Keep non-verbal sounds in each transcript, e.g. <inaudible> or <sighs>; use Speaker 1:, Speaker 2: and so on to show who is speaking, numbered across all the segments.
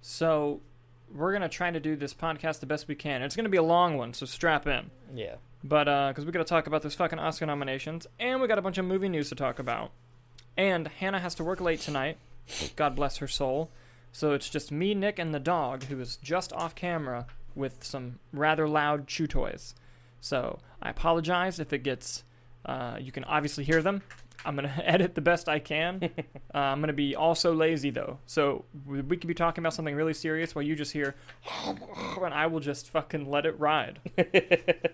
Speaker 1: So we're gonna try to do this podcast the best we can. It's gonna be a long one, so strap in.
Speaker 2: Yeah.
Speaker 1: But uh, because we gotta talk about those fucking Oscar nominations, and we got a bunch of movie news to talk about, and Hannah has to work late tonight. God bless her soul. So it's just me, Nick, and the dog, who is just off camera with some rather loud chew toys. So I apologize if it gets. Uh, you can obviously hear them. I'm gonna <laughs> edit the best I can. uh, I'm gonna be also lazy though, so we, we could be talking about something really serious while you just hear, <laughs> and I will just fucking let it ride.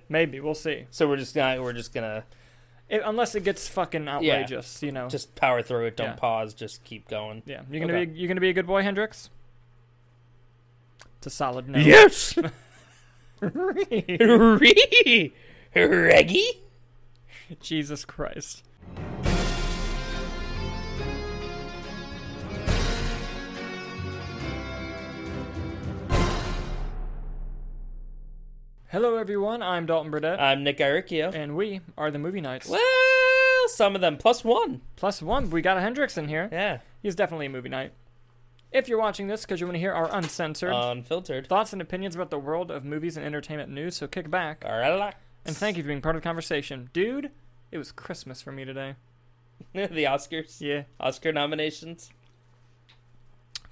Speaker 1: Maybe we'll see,
Speaker 2: So we're just gonna we're just gonna
Speaker 1: it, unless it gets fucking outrageous, you know.
Speaker 2: just power through it. Don't
Speaker 1: Yeah.
Speaker 2: pause. Just keep going.
Speaker 1: yeah, you gonna
Speaker 2: Okay.
Speaker 1: be you gonna be a good boy, Hendrix. It's a solid no.
Speaker 2: Yes. <laughs> Reggie.
Speaker 1: <laughs> Jesus Christ. Hello, everyone. I'm Dalton Burdett,
Speaker 2: I'm Nick Iricchio.
Speaker 1: and we are the Movie Nights.
Speaker 2: Well, some of them plus one.
Speaker 1: Plus one, we got a Hendrix in here.
Speaker 2: Yeah.
Speaker 1: He's definitely a movie night. If you're watching this, because you want to hear our uncensored
Speaker 2: Uh, Unfiltered.
Speaker 1: thoughts and opinions about the world of movies and entertainment news, so kick back
Speaker 2: Relax.
Speaker 1: and thank you for being part of the conversation. Dude, it was Christmas for me today.
Speaker 2: <laughs> the Oscars.
Speaker 1: Yeah.
Speaker 2: Oscar nominations.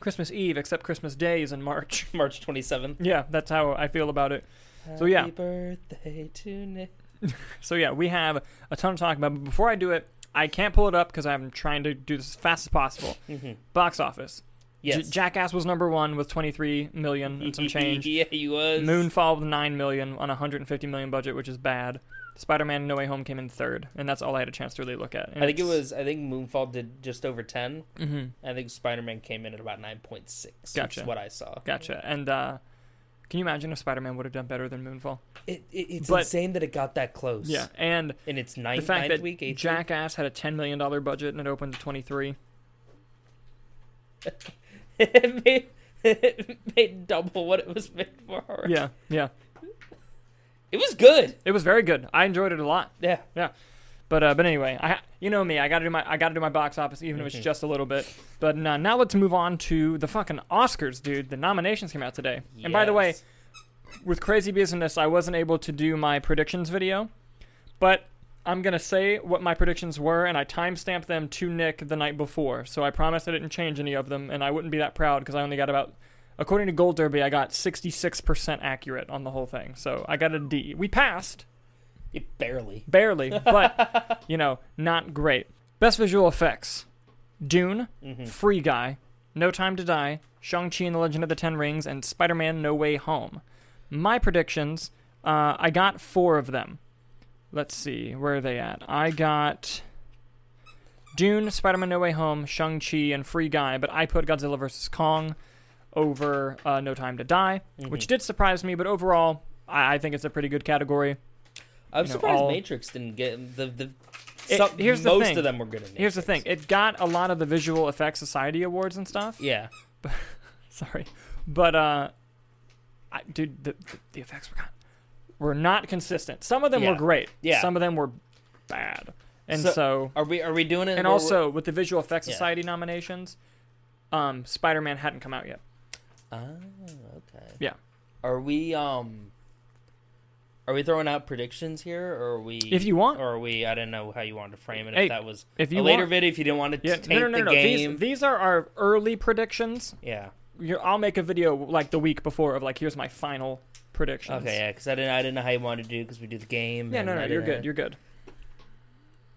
Speaker 1: Christmas Eve, except Christmas Day is in March. <laughs>
Speaker 2: March 27th.
Speaker 1: Yeah, that's how I feel about it. So, yeah.
Speaker 2: Happy birthday to Nick.
Speaker 1: So yeah, we have a ton to talk about. But before I do it, I can't pull it up because I'm trying to do this as fast as possible.
Speaker 2: Mhm.
Speaker 1: Box office. J-
Speaker 2: Yes.
Speaker 1: Jackass was number one with 23 million and
Speaker 2: <laughs>
Speaker 1: some change.
Speaker 2: yeah, he was.
Speaker 1: Moonfall with 9 million on a 150 million budget, which is bad. Spider-Man No Way Home came in third, and that's all I had a chance to really look at. And
Speaker 2: I think it
Speaker 1: it's-
Speaker 2: was. I think Moonfall did just over 10.
Speaker 1: Mhm.
Speaker 2: I think Spider Man came in at about 9.6. Which
Speaker 1: Gotcha.
Speaker 2: is what I saw.
Speaker 1: Gotcha. And uh, can you imagine if Spider-Man would have done better than Moonfall?
Speaker 2: It, it, it's
Speaker 1: But-
Speaker 2: insane that it got that close.
Speaker 1: Yeah. And
Speaker 2: In its
Speaker 1: the
Speaker 2: ninth,
Speaker 1: fact
Speaker 2: ninth
Speaker 1: that
Speaker 2: week, eighth week.
Speaker 1: Jackass had a 10 million dollar budget and it opened to 23.
Speaker 2: <laughs> it, made, it made <laughs> double what it was made for.
Speaker 1: Yeah. Yeah.
Speaker 2: It was good.
Speaker 1: It was very good. I enjoyed it a lot.
Speaker 2: Yeah.
Speaker 1: But uh, but anyway, I you know me, I gotta do my I gotta do my box office even
Speaker 2: Mm-hmm.
Speaker 1: if it's just a little bit. But uh, now let's move on to the fucking Oscars, dude. The nominations came out today, and by the way,
Speaker 2: Yes.
Speaker 1: with crazy business, I wasn't able to do my predictions video, but I'm gonna say what my predictions were, and I timestamped them to Nick the night before. So I promise I didn't change any of them, and I wouldn't be that proud because I only got about. According to Gold Derby, I got 66% accurate on the whole thing. So I got a D. We passed,
Speaker 2: It barely.
Speaker 1: barely, but you know, not great. Best visual effects: Dune, Free Guy, No Time to Die, Shang Chi and the Legend of the Ten Rings, and Spider-Man: No Way Home. My predictions: uh, I got four of them. Let's see, where are they at? I got Dune, Spider-Man: No Way Home, Shang Chi, and Free Guy, but I put Godzilla vs Kong over uh, No Time to Die, which did surprise me. But overall, I-, I think it's a pretty good category.
Speaker 2: I'm
Speaker 1: you know,
Speaker 2: surprised
Speaker 1: all-
Speaker 2: Matrix didn't get the the.
Speaker 1: It-
Speaker 2: some-
Speaker 1: here's the
Speaker 2: most
Speaker 1: thing.
Speaker 2: of them were good. At Matrix.
Speaker 1: Here's the thing: it got a lot of the visual effects society awards and stuff. <laughs>
Speaker 2: Yeah,
Speaker 1: Sorry, but uh, I, dude, the, the, the effects were kind were not consistent. Some of them
Speaker 2: Yeah.
Speaker 1: were great.
Speaker 2: Yeah.
Speaker 1: Some of them were bad, and
Speaker 2: So-
Speaker 1: so,
Speaker 2: are we are we doing it?
Speaker 1: and
Speaker 2: where
Speaker 1: also with the visual effects
Speaker 2: Yeah.
Speaker 1: society nominations, um, Spider Man hadn't come out yet.
Speaker 2: we're- Oh, okay.
Speaker 1: Yeah.
Speaker 2: Are we um? Are we throwing out predictions here, or are we?
Speaker 1: If you want.
Speaker 2: or are we? I don't know how you wanted to frame it.
Speaker 1: Hey,
Speaker 2: if that was
Speaker 1: if you
Speaker 2: a later
Speaker 1: want-
Speaker 2: video, if you didn't want to
Speaker 1: Yeah,
Speaker 2: taint
Speaker 1: no, no, no,
Speaker 2: the
Speaker 1: no.
Speaker 2: game,
Speaker 1: These, these are our early predictions.
Speaker 2: yeah.
Speaker 1: You're, I'll make a video like the week before of like here's my final predictions.
Speaker 2: Okay, yeah, because I didn't, I didn't know how you wanted to do because we do the game.
Speaker 1: Yeah,
Speaker 2: and
Speaker 1: no, no,
Speaker 2: I
Speaker 1: you're
Speaker 2: didn't-
Speaker 1: good. You're good.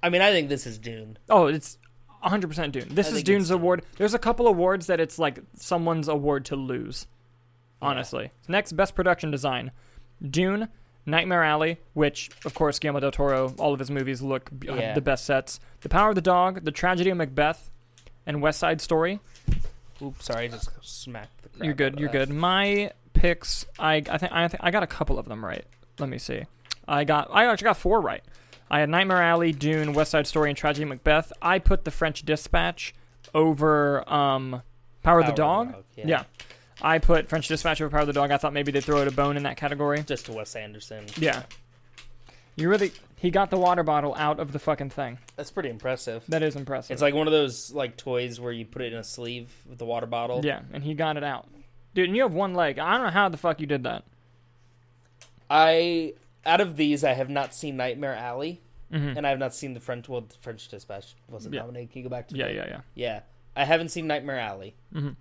Speaker 2: I mean, I think this is Dune.
Speaker 1: Oh, it's 100% Dune. This
Speaker 2: I
Speaker 1: is
Speaker 2: think it's
Speaker 1: Dune's
Speaker 2: Dune.
Speaker 1: award. There's a couple awards that it's like someone's award to lose. Honestly. Next best production design. Dune, Nightmare Alley, which of course Guillermo del Toro, all of his movies look b- have
Speaker 2: Yeah.
Speaker 1: the best sets. The Power of the Dog, The Tragedy of Macbeth, and West Side Story.
Speaker 2: Oops, sorry, I just smacked the. Crap
Speaker 1: You're
Speaker 2: out
Speaker 1: good.
Speaker 2: of
Speaker 1: You're
Speaker 2: that.
Speaker 1: good. My picks, I I think I think I got a couple of them right. Let me see. I got I actually got four right. I had Nightmare Alley, Dune, West Side Story, and Tragedy of Macbeth. I put The French Dispatch over um, Power, of the
Speaker 2: Power of
Speaker 1: Dog.
Speaker 2: the Dog, yeah.
Speaker 1: I put French Dispatch over Power of the Dog. I thought maybe they'd throw it a bone in that category.
Speaker 2: Just to Wes Anderson.
Speaker 1: Yeah. You really he got the water bottle out of the fucking thing.
Speaker 2: That's pretty impressive.
Speaker 1: That is impressive.
Speaker 2: It's like one of those like toys where you put it in a sleeve with the water bottle.
Speaker 1: yeah, and he got it out. Dude, and you have one leg. I don't know how the fuck you did that.
Speaker 2: I out of these, I have not seen Nightmare Alley,
Speaker 1: Mhm.
Speaker 2: and I have not seen the French. Well, the French Dispatch wasn't
Speaker 1: Yeah.
Speaker 2: nominated. Can you go back to
Speaker 1: Yeah,
Speaker 2: that?
Speaker 1: yeah, yeah.
Speaker 2: Yeah, I haven't seen Nightmare Alley.
Speaker 1: Mhm.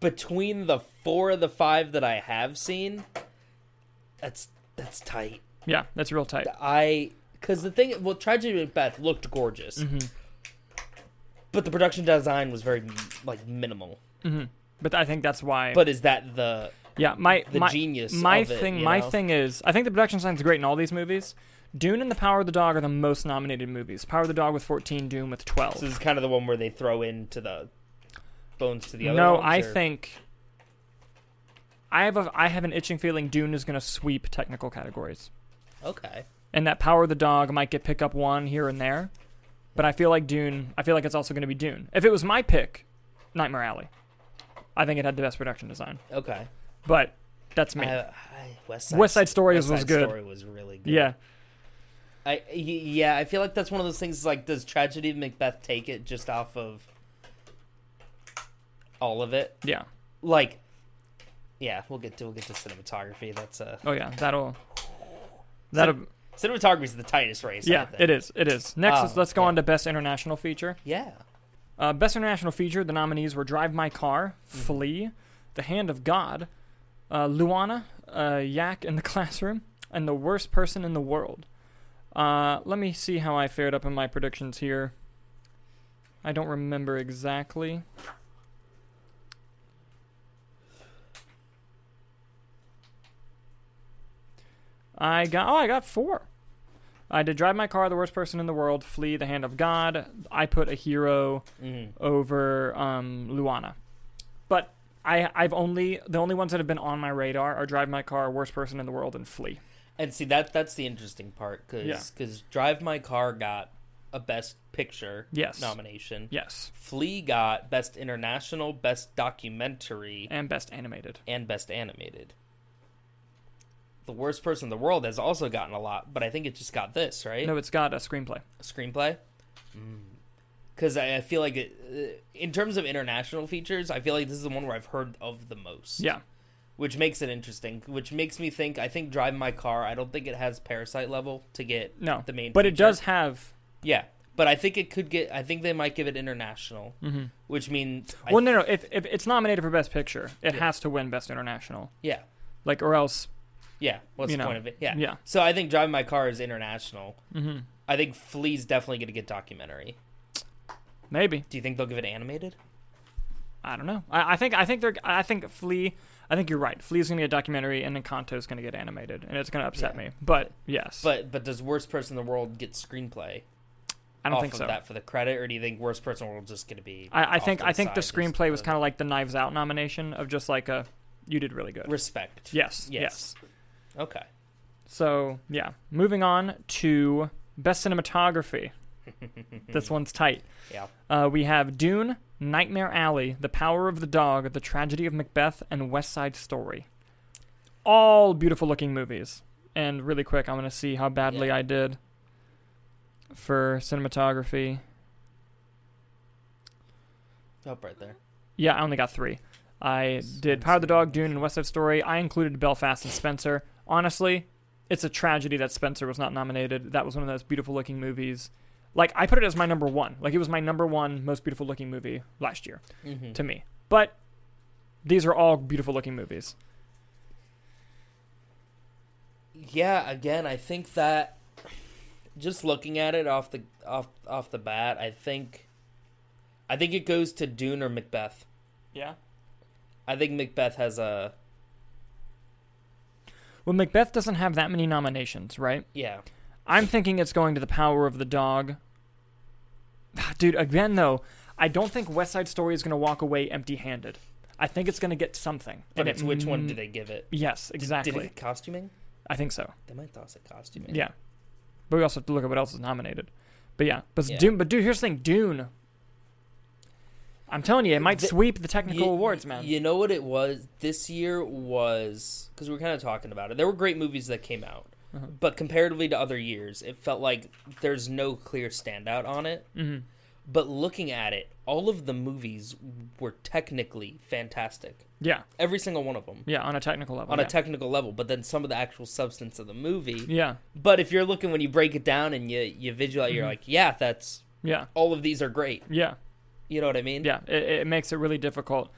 Speaker 2: Between the four of the five that I have seen, that's that's tight.
Speaker 1: Yeah, that's real tight.
Speaker 2: I because the thing, well, Tragedy of Macbeth looked gorgeous,
Speaker 1: Mhm.
Speaker 2: but the production design was very like minimal.
Speaker 1: But I think that's why.
Speaker 2: But is that the
Speaker 1: yeah, my
Speaker 2: the
Speaker 1: my,
Speaker 2: genius
Speaker 1: My
Speaker 2: of it,
Speaker 1: thing,
Speaker 2: you
Speaker 1: my
Speaker 2: know?
Speaker 1: thing is, I think the production design's great in all these movies. Dune and The Power of the Dog are the most nominated movies. Power of the Dog with 14, Dune with 12.
Speaker 2: So this is kind of the one where they throw into the bones to the other.
Speaker 1: no,
Speaker 2: ones,
Speaker 1: I
Speaker 2: or-
Speaker 1: think I have a I have an itching feeling Dune is going to sweep technical categories,
Speaker 2: okay.
Speaker 1: and that Power of the Dog might get pick up one here and there, but I feel like Dune. I feel like it's also going to be Dune. If it was my pick, Nightmare Alley, I think it had the best production design,
Speaker 2: Okay.
Speaker 1: but that's me.
Speaker 2: I, I, West Side,
Speaker 1: West Side Story was-
Speaker 2: West
Speaker 1: was
Speaker 2: Side
Speaker 1: good.
Speaker 2: Story was really good.
Speaker 1: yeah,
Speaker 2: I y- yeah, I feel like that's one of those things. is Like, does Tragedy of Macbeth take it just off of all of it?
Speaker 1: yeah.
Speaker 2: Like, yeah, we'll get to we'll get to cinematography. That's uh,
Speaker 1: Oh yeah, that'll that'll
Speaker 2: cinematography is the tightest race.
Speaker 1: yeah.
Speaker 2: I
Speaker 1: It is. It is. Next, is,
Speaker 2: Oh,
Speaker 1: let's go
Speaker 2: yeah.
Speaker 1: on to best international feature.
Speaker 2: Yeah,
Speaker 1: Uh, Best International Feature, the nominees were Drive My Car, Flee, The Hand of God, uh, Luana, uh, Yak in the <laughs> Classroom, and The Worst Person in the World. Uh, let me see how I fared up in my predictions here. I don't remember exactly. I got oh I got four. I did drive my car, the worst person in the world, flee the hand of God. I put a hero,
Speaker 2: mm.
Speaker 1: over um, Luana. But I, I've only the only ones that have been on my radar are Drive My Car, Worst Person in the World, and Flee.
Speaker 2: and see that that's the interesting part because
Speaker 1: Yeah.
Speaker 2: Drive My Car got a Best Picture
Speaker 1: Yes.
Speaker 2: nomination.
Speaker 1: Yes,
Speaker 2: Flea got Best International, Best Documentary,
Speaker 1: and Best Animated.
Speaker 2: and Best Animated. The Worst Person in the World has also gotten a lot, but I think it just got this, right?
Speaker 1: No, it's got a screenplay.
Speaker 2: Screenplay? Because I, I feel like, it, uh, in terms of international features, I feel like this is the one where I've heard of the most.
Speaker 1: Yeah,
Speaker 2: Which makes it interesting, which makes me think I think Drive My Car, I don't think it has Parasite level to get
Speaker 1: no,
Speaker 2: the main
Speaker 1: but it
Speaker 2: feature.
Speaker 1: does have.
Speaker 2: Yeah. But I think it could get, I think they might give it international, which means. I
Speaker 1: Mm-hmm. well, no, no. If, if it's nominated for Best Picture, it
Speaker 2: Yeah.
Speaker 1: has to win Best International.
Speaker 2: Yeah.
Speaker 1: Like, or else,
Speaker 2: Yeah, what's
Speaker 1: You
Speaker 2: the
Speaker 1: know,
Speaker 2: point of it? Yeah.
Speaker 1: yeah.
Speaker 2: So I think Drive My Car is international. Mm-hmm. I think Flea's definitely going to get documentary.
Speaker 1: maybe
Speaker 2: Do you think they'll give it animated?
Speaker 1: I don't know. I, I think I think they're. I think Flea. I think you're right. Flea's gonna be a documentary, and Encanto's gonna get animated, and it's gonna upset
Speaker 2: Yeah.
Speaker 1: me. But yes,
Speaker 2: But but does Worst Person in the World get screenplay
Speaker 1: I don't
Speaker 2: off
Speaker 1: think
Speaker 2: of
Speaker 1: so.
Speaker 2: that for the credit, or do you think Worst Person in the World just going to be?
Speaker 1: I, I
Speaker 2: off
Speaker 1: think
Speaker 2: to
Speaker 1: I think the
Speaker 2: side as
Speaker 1: screenplay was kind of like the Knives Out nomination of just like a you did really good.
Speaker 2: respect.
Speaker 1: Yes, yes.
Speaker 2: Yes. Okay.
Speaker 1: So yeah, moving on to best cinematography. <laughs> this one's tight.
Speaker 2: Mm. Yeah.
Speaker 1: Uh, we have Dune, Nightmare Alley, The Power of the Dog, The Tragedy of Macbeth, and West Side Story. All beautiful looking movies. And really quick, I'm gonna see how badly
Speaker 2: Yeah.
Speaker 1: I did for cinematography.
Speaker 2: Up right there.
Speaker 1: Yeah, I only got three. I did Power of the Dog, Dune, and West Side Story. I included Belfast and Spencer. Honestly, it's a tragedy that Spencer was not nominated. That was one of those beautiful looking movies. Like I put it as my number one. Like it was my number one most beautiful looking movie last year
Speaker 2: hmm
Speaker 1: to me. But these are all beautiful looking movies.
Speaker 2: Yeah. Again, I think that just looking at it off the off off the bat, I think, I think it goes to Dune or Macbeth.
Speaker 1: Yeah.
Speaker 2: I think Macbeth has a
Speaker 1: Well, Macbeth doesn't have that many nominations, right?
Speaker 2: yeah.
Speaker 1: I'm thinking it's going to the power of the dog. <sighs> Dude, again though, I don't think West Side Story is going to walk away empty-handed. I think it's going to get something.
Speaker 2: But
Speaker 1: And
Speaker 2: it's
Speaker 1: it
Speaker 2: which one
Speaker 1: m-
Speaker 2: did they give it?
Speaker 1: Yes, exactly.
Speaker 2: Did it get costuming?
Speaker 1: I think so.
Speaker 2: They might toss it costuming.
Speaker 1: Yeah. But we also have to look at what else is nominated. But yeah, but
Speaker 2: Yeah.
Speaker 1: Dune. But dude, here's the thing, Dune. I'm telling you, it might
Speaker 2: The-
Speaker 1: sweep the technical
Speaker 2: You-
Speaker 1: awards, man.
Speaker 2: You know what it was this year was because we were kind of talking about it. There were great movies that came out,
Speaker 1: Uh-huh.
Speaker 2: but comparatively to other years, it felt like there's no clear standout on it.
Speaker 1: Mhm.
Speaker 2: But looking at it, all of the movies were technically fantastic.
Speaker 1: Yeah,
Speaker 2: Every single one of them
Speaker 1: yeah, on a technical level.
Speaker 2: on
Speaker 1: Oh, yeah.
Speaker 2: a technical level, but then some of the actual substance of the movie.
Speaker 1: yeah,
Speaker 2: But if you're looking when you break it down and you you visualize,
Speaker 1: Mm-hmm.
Speaker 2: you're like, yeah, that's
Speaker 1: yeah,
Speaker 2: all of these are great.
Speaker 1: yeah,
Speaker 2: You know what I mean?
Speaker 1: yeah. It, it makes it really difficult.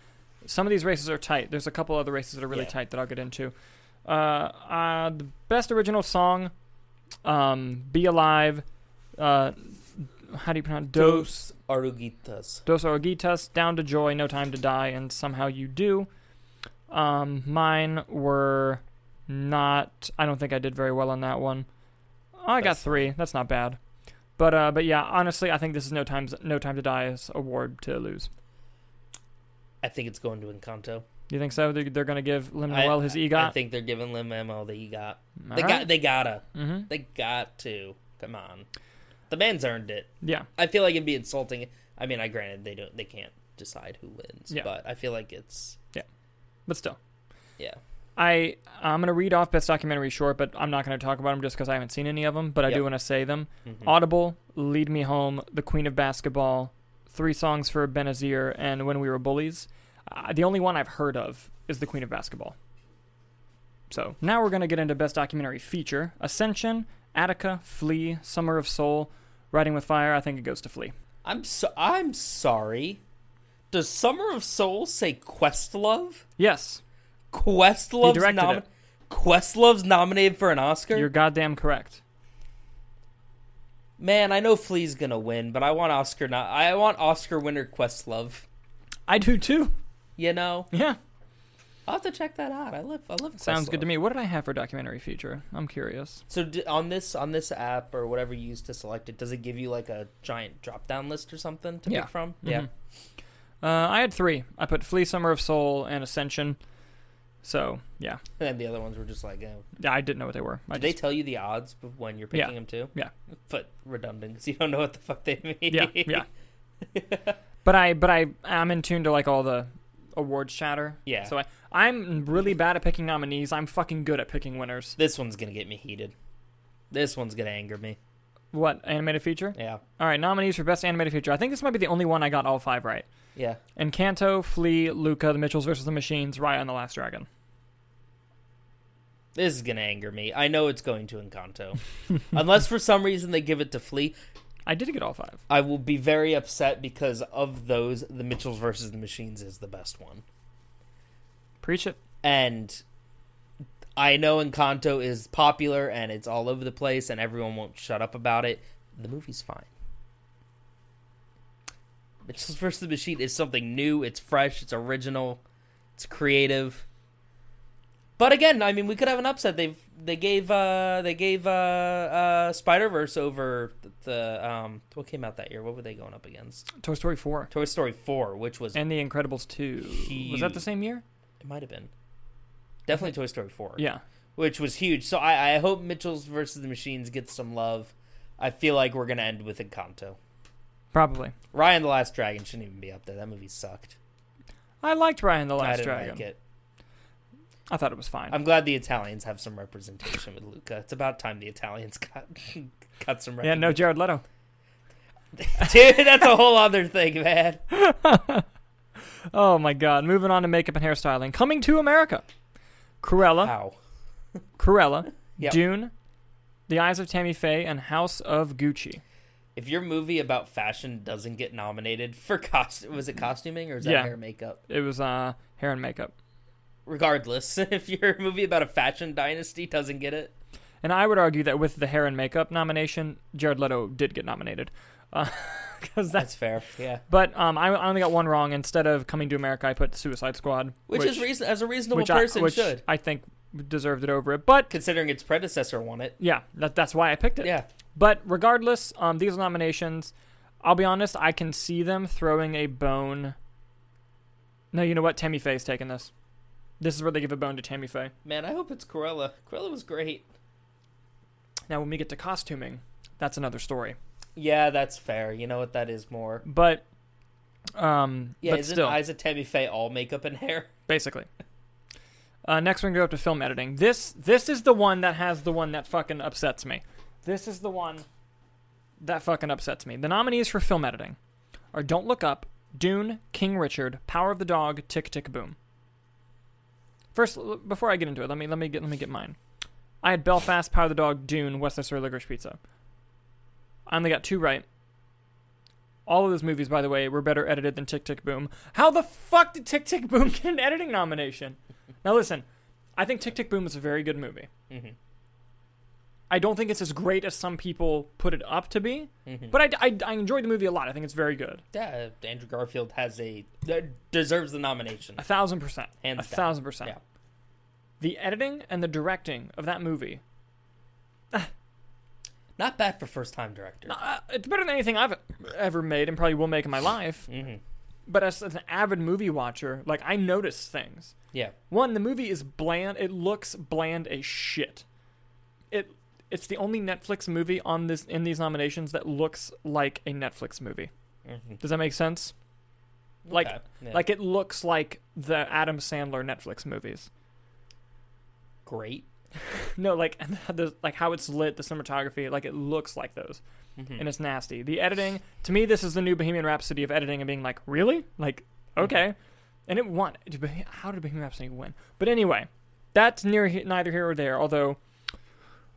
Speaker 1: Some of these races are tight. There's a couple other races that are really
Speaker 2: Yeah.
Speaker 1: tight that I'll get into. Uh, uh, the best original song, um, "Be Alive." Uh, how do you pronounce Dos
Speaker 2: Dos Aruguitas.
Speaker 1: Dos Oruguitas, Down to Joy, No Time to Die, and Somehow You Do. Um, mine were not. I don't think I did very well on that one. I got
Speaker 2: That's
Speaker 1: three. That's not bad. But uh, but yeah, honestly, I think this is no times no time to die's award to lose.
Speaker 2: I think it's going to Encanto.
Speaker 1: You think so? They're, they're gonna give Lin
Speaker 2: I-
Speaker 1: Manuel his EGOT.
Speaker 2: I think they're giving Lin Manuel the EGOT. They got. They gotta.
Speaker 1: hmm
Speaker 2: They got to. Come on. The man's earned it.
Speaker 1: Yeah,
Speaker 2: I feel like it'd be insulting. I mean, I granted they don't. They can't decide who wins.
Speaker 1: Yeah.
Speaker 2: But I feel like it's.
Speaker 1: but still,
Speaker 2: Yeah.
Speaker 1: I I'm gonna read off best documentary short, but I'm not gonna talk about them just because I haven't seen any of them. But I do
Speaker 2: Yep.
Speaker 1: want to say them.
Speaker 2: Mhm.
Speaker 1: Audible, Lead Me Home, The Queen of Basketball, three songs for Benazir, and When We Were Bullies. Uh, the only one I've heard of is The Queen of Basketball. So now we're going to get into Best Documentary Feature Ascension, Attica, Flea, Summer of Soul, Riding with Fire. I think it goes to Flea.
Speaker 2: I'm so. I'm sorry. Does Summer of Soul say Questlove?
Speaker 1: Yes,
Speaker 2: Questlove's
Speaker 1: directed
Speaker 2: nomi-
Speaker 1: it.
Speaker 2: Questlove's nominated for an Oscar.
Speaker 1: you're goddamn correct.
Speaker 2: Man, I know Flea's gonna win, but I want Oscar. Not. I want Oscar winner Questlove.
Speaker 1: I do too.
Speaker 2: You know,
Speaker 1: Yeah,
Speaker 2: I'll have to check that out. I love. I love.
Speaker 1: sounds good to
Speaker 2: Questlove.
Speaker 1: me. What did I have for documentary feature? I'm curious.
Speaker 2: So d- on this on this app or whatever you use to select it, does it give you like a giant drop down list or something to
Speaker 1: Yeah.
Speaker 2: pick from? Yeah.
Speaker 1: Mhm. Uh, I had three. I put Flea, Summer of Soul, and Ascension. So yeah,
Speaker 2: And then the other ones were just like, oh.
Speaker 1: yeah, I didn't know what they were. I
Speaker 2: did
Speaker 1: just-
Speaker 2: they tell you the odds b- when you're
Speaker 1: Yeah.
Speaker 2: picking them too?
Speaker 1: Yeah.
Speaker 2: But redundant because you don't know what the fuck they mean.
Speaker 1: yeah, yeah. but I but I I'm in tune to like all the awards chatter.
Speaker 2: <laughs> Yeah.
Speaker 1: So I I'm really bad at picking nominees. I'm fucking good at picking winners.
Speaker 2: This one's gonna get me heated. This one's gonna anger me.
Speaker 1: What animated feature?
Speaker 2: Yeah.
Speaker 1: All right, nominees for best animated feature. I think this might be the only one I got all five right.
Speaker 2: Yeah.
Speaker 1: Encanto, Flea, Luca, The Mitchells versus the Machines, Raya and the Last Dragon.
Speaker 2: This is gonna anger me. I know it's going
Speaker 1: <laughs>
Speaker 2: to Encanto, unless for some reason they give it to Flea.
Speaker 1: I did get all five.
Speaker 2: I will be very upset because of those, the Mitchells versus the Machines is the best one.
Speaker 1: Preach it.
Speaker 2: and I know Encanto is popular and it's all over the place and everyone won't shut up about it. The movie's fine. Mitchell's vs. the Machine is something new, it's fresh, it's original, it's creative. But again, I mean we could have an upset. They've they gave uh they gave uh uh Spider Verse over the, the um what came out that year? What were they going up against?
Speaker 1: Toy Story 4
Speaker 2: Toy Story four, which was
Speaker 1: and The Incredibles 2. Was that the same year?
Speaker 2: it might have been. Definitely Toy Story four.
Speaker 1: Yeah.
Speaker 2: which was huge. So I, I hope Mitchell's versus the Machines gets some love. I feel like we're gonna end with Encanto.
Speaker 1: Probably.
Speaker 2: Ryan the Last Dragon shouldn't even be up there. That movie sucked.
Speaker 1: I liked Raya and the Last
Speaker 2: I didn't
Speaker 1: Dragon.
Speaker 2: like it.
Speaker 1: I thought it was fine.
Speaker 2: I'm glad the Italians have some representation with Luca. It's about time the Italians got <laughs> got some.
Speaker 1: yeah, no
Speaker 2: recognition.
Speaker 1: Jared Leto.
Speaker 2: <laughs> dude, that's a whole other thing, man.
Speaker 1: oh my god. Moving on to makeup and hairstyling. Coming to America. Cruella,
Speaker 2: Wow.
Speaker 1: Cruella,
Speaker 2: Yep.
Speaker 1: Dune, The Eyes of Tammy Faye, and House of Gucci.
Speaker 2: If your movie about fashion doesn't get nominated for cost, was it costuming or is that
Speaker 1: Yeah.
Speaker 2: hair and makeup?
Speaker 1: It was uh hair and makeup.
Speaker 2: Regardless, <laughs> if your movie about a fashion dynasty doesn't get it,
Speaker 1: And I would argue that with the hair and makeup nomination, Jared Leto did get nominated. Uh 'cause that
Speaker 2: that's fair. Yeah.
Speaker 1: but um, I, I only got one wrong. Instead of Coming to America, I put Suicide Squad,
Speaker 2: which, is reason as a reasonable
Speaker 1: which
Speaker 2: person
Speaker 1: I, which
Speaker 2: should,
Speaker 1: I think deserved it over it. But
Speaker 2: considering its predecessor won it.
Speaker 1: yeah, that, that's why I picked it.
Speaker 2: Yeah,
Speaker 1: But regardless, um, these nominations, I'll be honest, I can see them throwing a bone. No, you know what? Tammy Faye's taking this. This is where they give a bone to Tammy Faye.
Speaker 2: man, I hope it's Corella. Corella was great.
Speaker 1: Now, when we get to costuming, that's another story.
Speaker 2: Yeah, that's fair. You know what? That is more.
Speaker 1: But, um,
Speaker 2: Yeah,
Speaker 1: but
Speaker 2: isn't
Speaker 1: still,
Speaker 2: Isa Tammy Faye all makeup and hair? <laughs>
Speaker 1: basically. Uh, next, we're gonna go up to film editing. This this is the one that has the one that fucking upsets me. This is the one that fucking upsets me. The nominees for film editing: are Don't Look Up, Dune, King Richard, Power of the Dog, Tick Tick Boom. First, l- before I get into it, let me let me get let me get mine. I had Belfast, Power of the Dog, Dune, West Side Story, Licorice Pizza. I only got two right. All of those movies, by the way, were better edited than Tick Tick Boom. How the fuck did Tick Tick Boom <laughs> get an editing nomination? Now listen, I think Tick Tick Boom is a very good movie.
Speaker 2: Mm-hmm.
Speaker 1: I don't think it's as great as some people put it up to be,
Speaker 2: Mm-hmm.
Speaker 1: but I, I, I enjoyed the movie a lot. I think it's very good.
Speaker 2: Yeah, Andrew Garfield has a that deserves the nomination.
Speaker 1: A thousand percent.
Speaker 2: Hands
Speaker 1: a
Speaker 2: down.
Speaker 1: thousand percent.
Speaker 2: Yeah.
Speaker 1: The editing and the directing of that movie,
Speaker 2: Not bad for first time director.
Speaker 1: uh, it's better than anything I've ever made and probably will make in my life.
Speaker 2: Mm-hmm.
Speaker 1: But as, as an avid movie watcher, like I notice things.
Speaker 2: Yeah,
Speaker 1: One, the movie is bland. It looks bland as shit. It it's the only Netflix movie on this in these nominations that looks like a Netflix movie.
Speaker 2: Mhm.
Speaker 1: Does that make sense? Like
Speaker 2: Okay. Yeah.
Speaker 1: like it looks like the Adam Sandler Netflix movies. <laughs>
Speaker 2: great.
Speaker 1: No, like <laughs> the like how it's lit, the cinematography, like it looks like those,
Speaker 2: Mhm.
Speaker 1: and it's nasty. The editing, to me, this is the new Bohemian Rhapsody of editing and being like, really, like okay, and it won. Did Bohe- How did Bohemian Rhapsody win? But anyway, that's near neither here or there. Although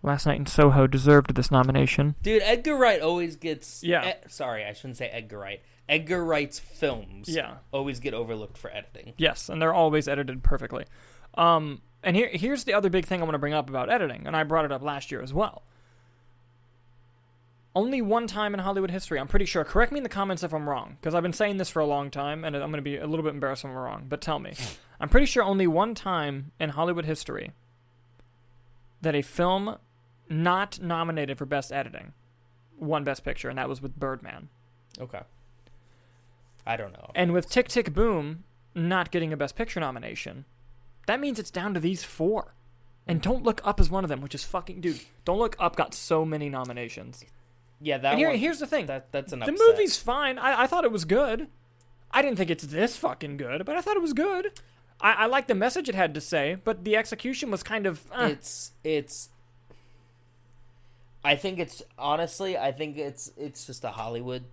Speaker 1: last night in Soho deserved this nomination.
Speaker 2: Dude, Edgar Wright always gets.
Speaker 1: Yeah.
Speaker 2: E- sorry, I shouldn't say Edgar Wright. Edgar Wright's films
Speaker 1: Yeah.
Speaker 2: always get overlooked for editing.
Speaker 1: Yes, and they're always edited perfectly. Um, and here, here's the other big thing I want to bring up about editing, and I brought it up last year as well. Only one time in Hollywood history, I'm pretty sure. Correct me in the comments if I'm wrong, because I've been saying this for a long time, and I'm going to be a little bit embarrassed if I'm wrong. But tell me, I'm pretty sure only one time in Hollywood history that a film not nominated for best editing won best picture, and that was with Birdman.
Speaker 2: Okay. I don't know.
Speaker 1: And with Tick Tick Boom not getting a Best Picture nomination, that means it's down to these four. And Don't Look Up is one of them, which is fucking dude. Don't Look Up got so many nominations.
Speaker 2: yeah, that
Speaker 1: And here,
Speaker 2: one.
Speaker 1: here's the thing:
Speaker 2: that that's an
Speaker 1: the
Speaker 2: upset.
Speaker 1: movie's fine. I, I thought it was good. I didn't think it's this fucking good, but I thought it was good. I, I like the message it had to say, but the execution was kind of. Uh,
Speaker 2: It's it's. I think it's honestly. I think it's it's just a Hollywood.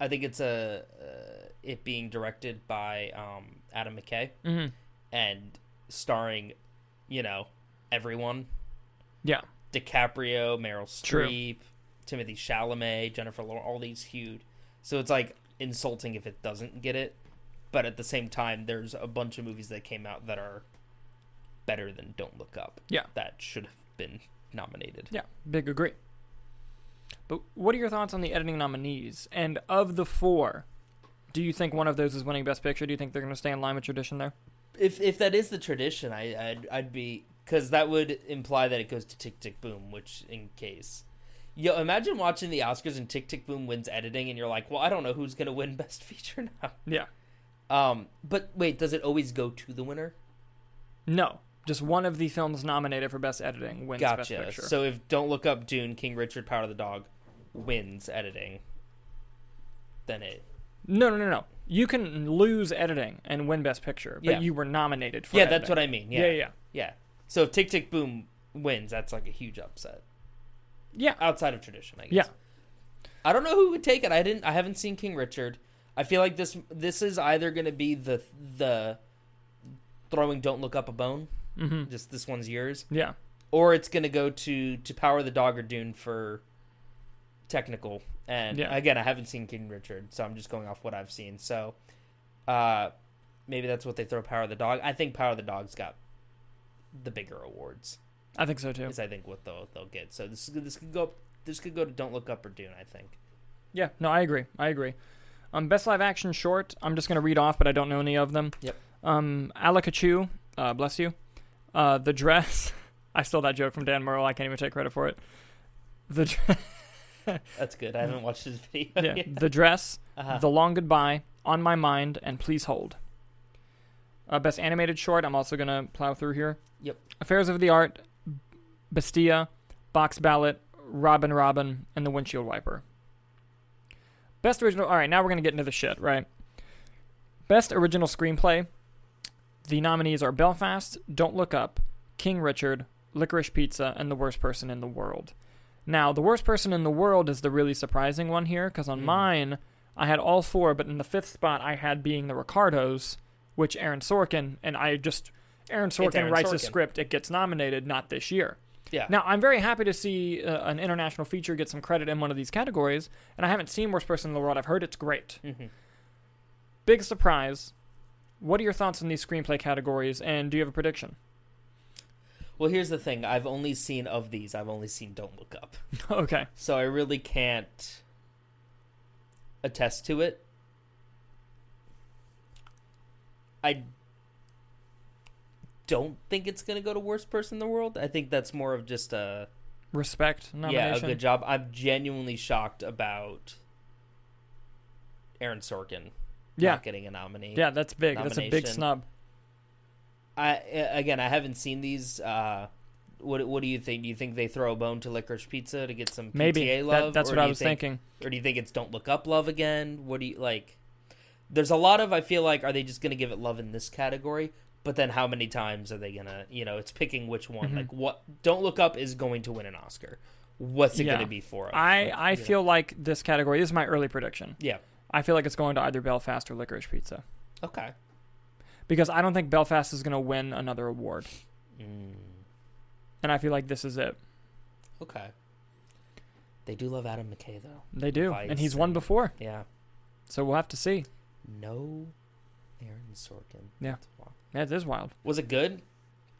Speaker 2: I think it's a uh, it being directed by um, Adam McKay
Speaker 1: mhm.
Speaker 2: and starring, you know, everyone.
Speaker 1: Yeah,
Speaker 2: DiCaprio, Meryl
Speaker 1: True.
Speaker 2: Streep, Timothy Chalamet, Jennifer Lawrence, all these huge. So it's like insulting if it doesn't get it. But at the same time, there's a bunch of movies that came out that are better than Don't Look Up.
Speaker 1: Yeah.
Speaker 2: That should have been nominated.
Speaker 1: yeah, big agree. But what are your thoughts on the editing nominees? And of the four, do you think one of those is winning Best Picture? Do you think they're going to stay in line with tradition there?
Speaker 2: If if that is the tradition, I I'd, I'd be cuz that would imply that it goes to Tick Tick Boom, which in case Yo, imagine watching the Oscars and Tick Tick Boom wins editing, and you're like, "Well, I don't know who's gonna win <laughs> Best Feature now."
Speaker 1: Yeah.
Speaker 2: Um, but wait, does it always go to the winner?
Speaker 1: No, just one of the films nominated for best editing wins best
Speaker 2: Gotcha.
Speaker 1: picture.
Speaker 2: So if Don't Look Up, Dune, King Richard, Power of the Dog wins editing, then it.
Speaker 1: no, no, no, no. You can lose editing and win best picture, but
Speaker 2: Yeah.
Speaker 1: you were nominated for
Speaker 2: yeah,
Speaker 1: editing.
Speaker 2: that's what I mean. Yeah.
Speaker 1: Yeah, yeah, yeah.
Speaker 2: yeah. So if Tick Tick Boom wins, that's like a huge upset
Speaker 1: Yeah.
Speaker 2: outside of tradition, I guess.
Speaker 1: Yeah.
Speaker 2: I don't know who would take it. I didn't. I haven't seen King Richard. I feel like this. This is either going to be the the throwing Don't Look Up a Bone.
Speaker 1: Mm-hmm.
Speaker 2: Just this one's yours.
Speaker 1: Yeah.
Speaker 2: or it's going to go to to power the dog or Dune for technical. And
Speaker 1: Yeah.
Speaker 2: again, I haven't seen King Richard, so I'm just going off what I've seen. So uh, maybe that's what they throw Power of the Dog. I think Power of the Dog's got the bigger awards.
Speaker 1: I think so too.
Speaker 2: Is I think what they'll they'll get. So this this could go this could go to Don't Look Up or Dune. I think.
Speaker 1: Yeah, no, I agree. I agree. Um, best live action short. I'm just gonna read off, but I don't know any of them.
Speaker 2: Yep.
Speaker 1: Um, Alakachu, uh, bless you. Uh, the dress. <laughs> I stole that joke from Dan Merle. I can't even take credit for it. The
Speaker 2: <laughs>
Speaker 1: Dre-
Speaker 2: That's good. I haven't watched his <laughs> video.
Speaker 1: Mm. yeah,
Speaker 2: yet.
Speaker 1: the dress.
Speaker 2: Uh-huh.
Speaker 1: The Long Goodbye, On My Mind, and Please Hold. Uh, best animated short. I'm also gonna plow through here.
Speaker 2: Yep.
Speaker 1: Affairs of the Art, Bastia, Box Ballot, Robin Robin, and The Windshield Wiper. Best original. All right, now we're gonna get into the shit, right? Best original screenplay. The nominees are Belfast, Don't Look Up, King Richard, Licorice Pizza, and The Worst Person in the World. Now, The Worst Person in the World is the really surprising one here, because on
Speaker 2: Mm.
Speaker 1: mine, I had all four, but in the fifth spot, I had being the Ricardos, which Aaron Sorkin, and I just, Aaron Sorkin
Speaker 2: Aaron
Speaker 1: writes a
Speaker 2: Sorkin.
Speaker 1: script, it gets nominated, not this year.
Speaker 2: Yeah.
Speaker 1: Now, I'm very happy to see uh, an international feature get some credit in one of these categories, and I haven't seen Worst Person in the World. I've heard it's great.
Speaker 2: Mhm.
Speaker 1: Big surprise. What are your thoughts on these screenplay categories, and do you have a prediction? <laughs>
Speaker 2: Well, here's the thing. I've only seen of these. I've only seen Don't Look Up.
Speaker 1: okay.
Speaker 2: So I really can't attest to it. I don't think it's going to go to worst person in the world. I think that's more of just a
Speaker 1: Respect nomination.
Speaker 2: yeah, a good job. I'm genuinely shocked about Aaron Sorkin
Speaker 1: Yeah.
Speaker 2: not getting a nominee.
Speaker 1: Yeah, that's big. That's a big
Speaker 2: Nomination.
Speaker 1: snub.
Speaker 2: I a- again, I haven't seen these. Uh, what what do you think? Do you think they throw a bone to Licorice Pizza to get some PTA
Speaker 1: Maybe That-
Speaker 2: love?
Speaker 1: that's
Speaker 2: Or
Speaker 1: what
Speaker 2: do
Speaker 1: I
Speaker 2: you
Speaker 1: was
Speaker 2: think-
Speaker 1: thinking.
Speaker 2: or do you think it's don't look up love again what do you like there's a lot of i feel like are they just gonna give it love in this category but then how many times are they gonna you know it's picking which one
Speaker 1: Mm-hmm.
Speaker 2: like what don't look up is going to win an oscar what's it
Speaker 1: Yeah.
Speaker 2: gonna be for
Speaker 1: I
Speaker 2: Like,
Speaker 1: I
Speaker 2: you know.
Speaker 1: feel like this category this is my early prediction.
Speaker 2: yeah
Speaker 1: I feel like it's going to either Belfast or Licorice Pizza
Speaker 2: okay
Speaker 1: because I don't think Belfast is going to win another award,
Speaker 2: mm,
Speaker 1: and I feel like this is it.
Speaker 2: okay they do love adam mckay though
Speaker 1: They do, and
Speaker 2: Vice
Speaker 1: he's won
Speaker 2: and-
Speaker 1: before,
Speaker 2: yeah
Speaker 1: so we'll have to see.
Speaker 2: no aaron sorkin
Speaker 1: Yeah. Yeah, it is wild.
Speaker 2: was it good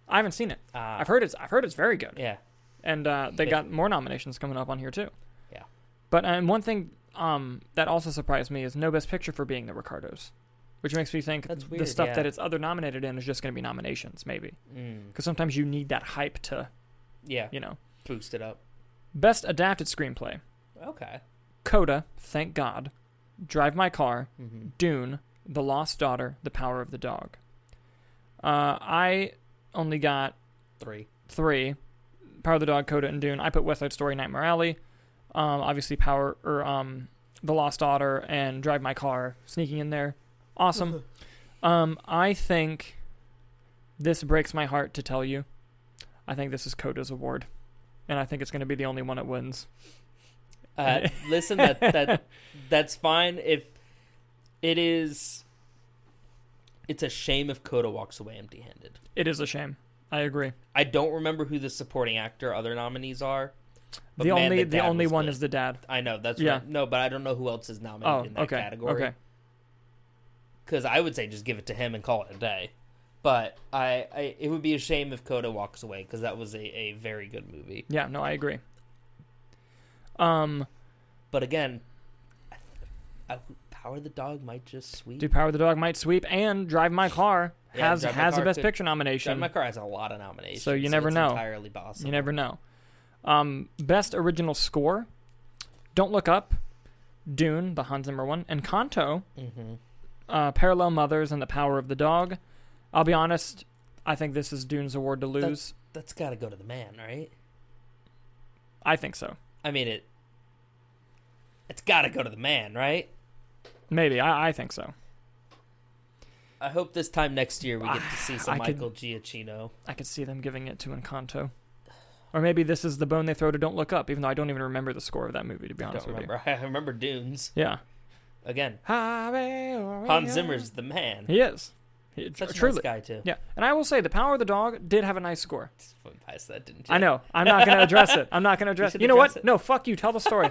Speaker 1: I haven't seen it.
Speaker 2: uh,
Speaker 1: I've heard it's I've heard it's very good,
Speaker 2: yeah
Speaker 1: and uh, they
Speaker 2: Yeah.
Speaker 1: got more nominations coming up on here too.
Speaker 2: Yeah.
Speaker 1: But uh, and one thing um, that also surprised me is no best picture for being the Ricardos, which makes me think
Speaker 2: That's
Speaker 1: the
Speaker 2: weird,
Speaker 1: stuff
Speaker 2: yeah.
Speaker 1: that it's other nominated in is just going to be nominations maybe
Speaker 2: mm,
Speaker 1: because sometimes you need that hype to
Speaker 2: yeah
Speaker 1: you know
Speaker 2: boost it up
Speaker 1: best adapted screenplay.
Speaker 2: okay
Speaker 1: Coda, Thank God, Drive My Car,
Speaker 2: mm-hmm.
Speaker 1: Dune, The Lost Daughter, The Power of the Dog. Uh, I only got
Speaker 2: three
Speaker 1: three: Power of the Dog, Coda, and Dune. I put West Side Story, Nightmare Alley, um, obviously Power or um, The Lost Daughter, and Drive My Car sneaking in there. Awesome. um, I think this breaks my heart to tell you. I think this is Coda's award, and I think it's going to be the only one it wins.
Speaker 2: Uh, listen,
Speaker 1: <laughs>
Speaker 2: that that that's fine. If it is, it's a shame if Coda walks away empty-handed.
Speaker 1: It is a shame. I agree.
Speaker 2: I don't remember who the supporting actor other nominees are. But
Speaker 1: the
Speaker 2: man,
Speaker 1: only
Speaker 2: dad
Speaker 1: the only
Speaker 2: was
Speaker 1: one
Speaker 2: good.
Speaker 1: is the dad.
Speaker 2: I know that's
Speaker 1: Yeah.
Speaker 2: right. No, but I don't know who else is nominated
Speaker 1: Oh,
Speaker 2: in that
Speaker 1: okay.
Speaker 2: category.
Speaker 1: Okay.
Speaker 2: Because I would say just give it to him and call it a day. But I, I it would be a shame if Coda walks away because that was a, a very good movie.
Speaker 1: Yeah, no, I agree. Um,
Speaker 2: But again, I, I, Power of the Dog might just sweep.
Speaker 1: do Power of the Dog might sweep and Drive My Car
Speaker 2: <laughs> Yeah,
Speaker 1: has
Speaker 2: Drive My
Speaker 1: has a
Speaker 2: Car
Speaker 1: Best
Speaker 2: could-
Speaker 1: Picture
Speaker 2: Drive
Speaker 1: nomination.
Speaker 2: My Car has a lot of nominations.
Speaker 1: So you never
Speaker 2: it's
Speaker 1: know.
Speaker 2: Entirely possible.
Speaker 1: You never know. Um, best original score. Don't look up. Dune, the Hans Zimmer one, and Kanto,
Speaker 2: hmm
Speaker 1: uh, Parallel Mothers, and The Power of the Dog. I'll be honest, I think this is Dune's award to lose.
Speaker 2: That's got to go to the man, right?
Speaker 1: I think so.
Speaker 2: I mean it. It's got to go to the man, right?
Speaker 1: Maybe I, I think so.
Speaker 2: I hope this time next year we get to see some
Speaker 1: <sighs> I could-
Speaker 2: Michael Giacchino.
Speaker 1: I could see them giving it to Encanto. Or maybe this is the bone they throw to Don't Look Up, even though I don't even remember the score of that movie, to be
Speaker 2: I
Speaker 1: honest
Speaker 2: don't
Speaker 1: with
Speaker 2: remember. <laughs> I remember Dunes
Speaker 1: you. Yeah.
Speaker 2: again. Hans
Speaker 1: Hans
Speaker 2: Zimmer's the man.
Speaker 1: He is. He,
Speaker 2: Such a
Speaker 1: truly.
Speaker 2: nice guy too.
Speaker 1: Yeah. And I will say, The Power of the Dog did have a nice score.
Speaker 2: Just went past that, didn't you?
Speaker 1: I know. I'm not going to address
Speaker 2: <laughs>
Speaker 1: it. I'm not going to address
Speaker 2: should
Speaker 1: it. You know what?
Speaker 2: address it.
Speaker 1: No, fuck you. Tell the story.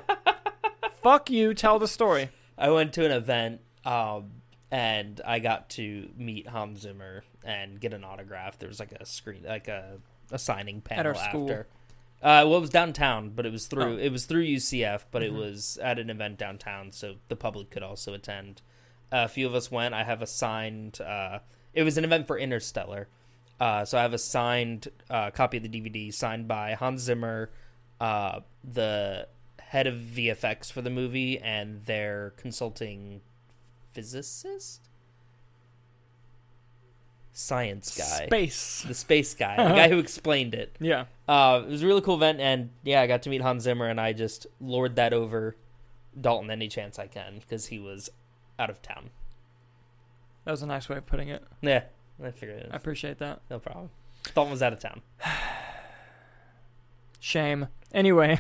Speaker 2: <laughs>
Speaker 1: fuck you. Tell the story.
Speaker 2: I went to an event um, and I got to meet Hans Zimmer and get an autograph. There was like a screen, like a, a signing panel
Speaker 1: our school.
Speaker 2: after. Uh, well, it was downtown, but it was through
Speaker 1: Oh.
Speaker 2: it was through UCF, but
Speaker 1: Mhm.
Speaker 2: it was at an event downtown, so the public could also attend. a few of us went. I have a signed. Uh, it was an event for Interstellar, uh, so I have a signed uh, copy of the DVD signed by Hans Zimmer, uh, the head of VFX for the movie, and their consulting physicist, science guy,
Speaker 1: Space.
Speaker 2: the space guy, the guy who explained it.
Speaker 1: Yeah.
Speaker 2: Uh, it was a really cool event, and yeah, I got to meet Hans Zimmer, and I just lord that over Dalton any chance I can because he was out of town.
Speaker 1: That was a nice way of putting it.
Speaker 2: Yeah, I figured it.
Speaker 1: I
Speaker 2: Was,
Speaker 1: appreciate that.
Speaker 2: no problem. Dalton was out of town.
Speaker 1: Shame. Anyway,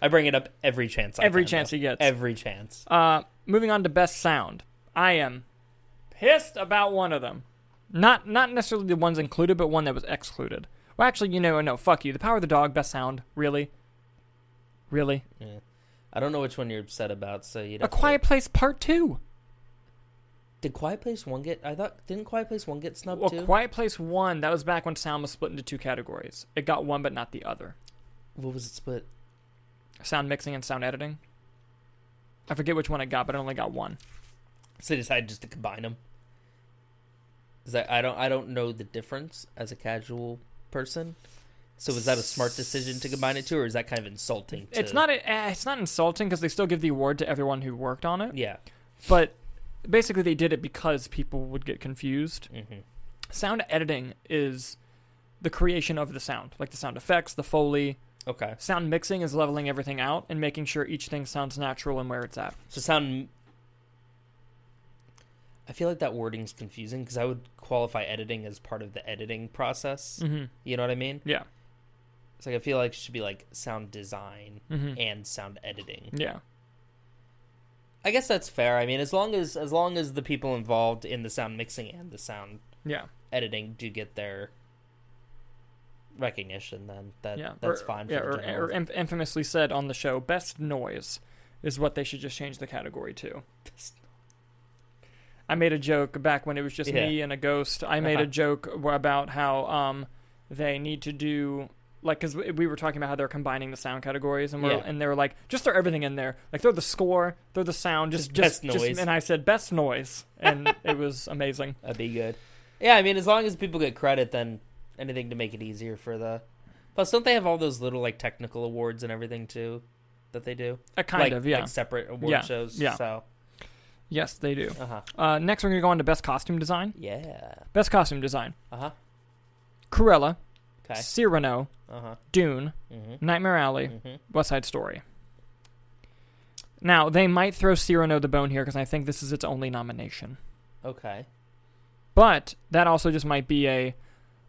Speaker 2: I bring it up every chance.
Speaker 1: <laughs>
Speaker 2: I
Speaker 1: every
Speaker 2: can,
Speaker 1: chance
Speaker 2: though.
Speaker 1: he gets.
Speaker 2: Every chance.
Speaker 1: Uh, Moving on to best sound. I am pissed about one of them. Not not necessarily the ones included, but one that was excluded. Well, actually, you know, no, fuck you. The Power of the Dog, best sound, really, really.
Speaker 2: Yeah. I don't know which one you're upset about, so you.
Speaker 1: A Quiet Place Part Two.
Speaker 2: Did Quiet Place One get? I thought didn't Quiet Place One get snubbed
Speaker 1: Well,
Speaker 2: too?
Speaker 1: Quiet Place One. That was back when sound was split into two categories. It got one, but not the other.
Speaker 2: what was it split?
Speaker 1: Sound mixing and sound editing. I forget which one it got, but it only got one.
Speaker 2: So they decided just to combine them. Is that I don't I don't know the difference as a casual person. So was that a smart decision to combine it to, or is that kind of insulting? To,
Speaker 1: It's not a, eh, it's not insulting because they still give the award to everyone who worked on it.
Speaker 2: Yeah.
Speaker 1: But basically, they did it because people would get confused.
Speaker 2: Mm-hmm.
Speaker 1: Sound editing is the creation of the sound, like the sound effects, the foley.
Speaker 2: Okay.
Speaker 1: Sound mixing is leveling everything out and making sure each thing sounds natural and where it's at.
Speaker 2: So sound. I feel like that wording's confusing because I would qualify editing as part of the editing process.
Speaker 1: Mm-hmm.
Speaker 2: You know what I mean?
Speaker 1: Yeah.
Speaker 2: It's like I feel like it should be like sound design
Speaker 1: Mm-hmm.
Speaker 2: and sound editing.
Speaker 1: Yeah.
Speaker 2: I guess that's fair. I mean, as long as as long as the people involved in the sound mixing and the sound
Speaker 1: Yeah.
Speaker 2: editing do get their recognition, then that
Speaker 1: yeah.
Speaker 2: that's
Speaker 1: Or-
Speaker 2: fine. For
Speaker 1: Yeah.
Speaker 2: the
Speaker 1: Or,
Speaker 2: general.
Speaker 1: or inf- infamously said on the show, best noise is what they should just change the category to. I made a joke back when it was just
Speaker 2: Yeah.
Speaker 1: me and a ghost. I made a
Speaker 2: Uh-huh.
Speaker 1: joke wh- about how um, they need to do like because we were talking about how they're combining the sound categories and we're,
Speaker 2: Yeah.
Speaker 1: and they were like just throw everything in there like throw the score throw the sound just just,
Speaker 2: Just
Speaker 1: just,
Speaker 2: best noise.
Speaker 1: and I said best noise
Speaker 2: <laughs>
Speaker 1: and it was amazing
Speaker 2: That'd be good. Yeah, I mean, as long as people get credit, then anything to make it easier for the. Plus, don't they have all those little like technical awards and everything too that they do?
Speaker 1: a kind
Speaker 2: like,
Speaker 1: of yeah
Speaker 2: like separate award
Speaker 1: Yeah,
Speaker 2: shows.
Speaker 1: yeah.
Speaker 2: So,
Speaker 1: yes they do
Speaker 2: uh huh.
Speaker 1: uh, next we're gonna go on to best costume design
Speaker 2: Yeah.
Speaker 1: best costume design
Speaker 2: Uh huh.
Speaker 1: Cruella
Speaker 2: Okay.
Speaker 1: Cyrano
Speaker 2: Uh huh.
Speaker 1: Dune
Speaker 2: Mm-hmm.
Speaker 1: Nightmare Alley
Speaker 2: Mm-hmm.
Speaker 1: West Side Story. Now, they might throw Cyrano the Bone here because I think this is its only nomination.
Speaker 2: Mm-hmm. Okay.
Speaker 1: But that also just might be a.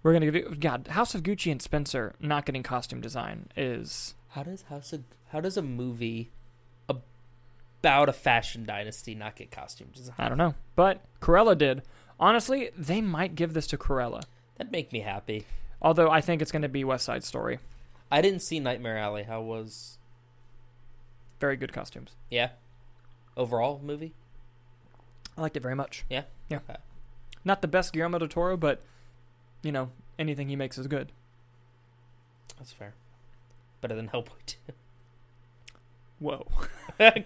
Speaker 1: We're going to give. God, House of Gucci and Spencer not getting costume design is.
Speaker 2: How does House of, how does a movie about a fashion dynasty not get costume design?
Speaker 1: I don't know. But Corella did. Honestly, they might give this to Corella.
Speaker 2: That'd make me happy.
Speaker 1: Although I think it's going to be West Side Story.
Speaker 2: I didn't see Nightmare Alley. How was
Speaker 1: Very good costumes.
Speaker 2: yeah overall movie?
Speaker 1: I liked it very much.
Speaker 2: Yeah?
Speaker 1: Yeah.
Speaker 2: Okay.
Speaker 1: Not the best Guillermo del Toro, but, you know, anything he makes is good.
Speaker 2: That's fair. Better than Hellboy
Speaker 1: Whoa.
Speaker 2: 2. <laughs>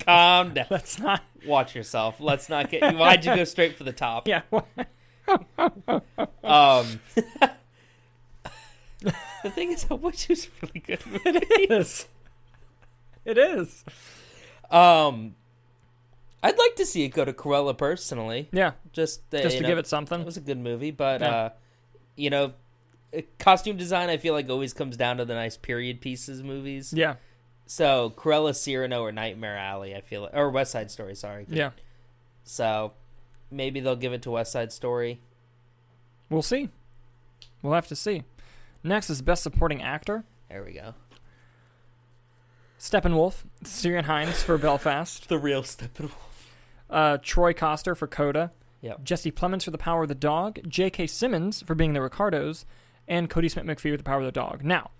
Speaker 1: <laughs>
Speaker 2: Calm down.
Speaker 1: Let's not.
Speaker 2: Watch yourself. Let's not get. Why'd you go straight for the top? <laughs>
Speaker 1: Yeah.
Speaker 2: Um, <laughs> the thing is, Hellboy 2 is a really good
Speaker 1: It is. It is.
Speaker 2: Um, I'd like to see it go to Cruella personally.
Speaker 1: Yeah,
Speaker 2: Just, uh,
Speaker 1: just
Speaker 2: you
Speaker 1: to
Speaker 2: know,
Speaker 1: give it something.
Speaker 2: It was a good movie, but
Speaker 1: Yeah.
Speaker 2: uh, you know, uh, costume design I feel like always comes down to the nice period pieces movies.
Speaker 1: yeah,
Speaker 2: So Cruella, Cyrano, or Nightmare Alley, I feel or West Side Story. Sorry.
Speaker 1: yeah.
Speaker 2: So maybe they'll give it to West Side Story.
Speaker 1: We'll see. We'll have to see. Next is Best Supporting Actor.
Speaker 2: There we go.
Speaker 1: Steppenwolf, Syrian Hines for Belfast,
Speaker 2: <laughs> The real Steppenwolf.
Speaker 1: uh, Troy Coster for Coda,
Speaker 2: Yep.
Speaker 1: Jesse Plemons for The Power of the Dog, J.K. Simmons for Being the Ricardos, and Cody Smith McPhee with The Power of the Dog. Now,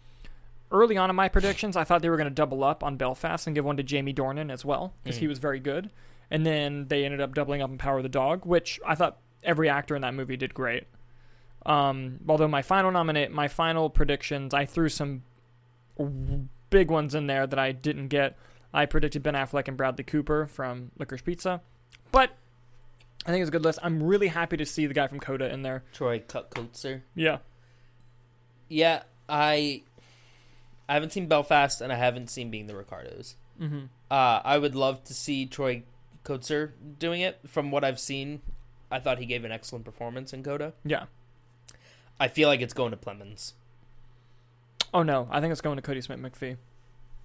Speaker 1: early on in my predictions, I thought they were going to double up on Belfast and give one to Jamie Dornan as well because he
Speaker 2: Mm.
Speaker 1: was very good. And then they ended up doubling up on Power of the Dog, which I thought every actor in that movie did great. Um, although my final nominate, my final predictions, I threw some w- big ones in there that I didn't get. I predicted Ben Affleck and Bradley Cooper from Licorice Pizza, but I think it's a good list. I'm really happy to see the guy from Coda in there.
Speaker 2: Troy Kutzer.
Speaker 1: Yeah,
Speaker 2: Yeah, I. I haven't seen Belfast, and I haven't seen Being the Ricardos.
Speaker 1: mm-hmm.
Speaker 2: Uh, I would love to see Troy Kotzer doing it. From what I've seen, I thought he gave an excellent performance in Coda.
Speaker 1: yeah.
Speaker 2: I feel like it's going to Plemons.
Speaker 1: Oh no, I think it's going to Cody Smith McPhee.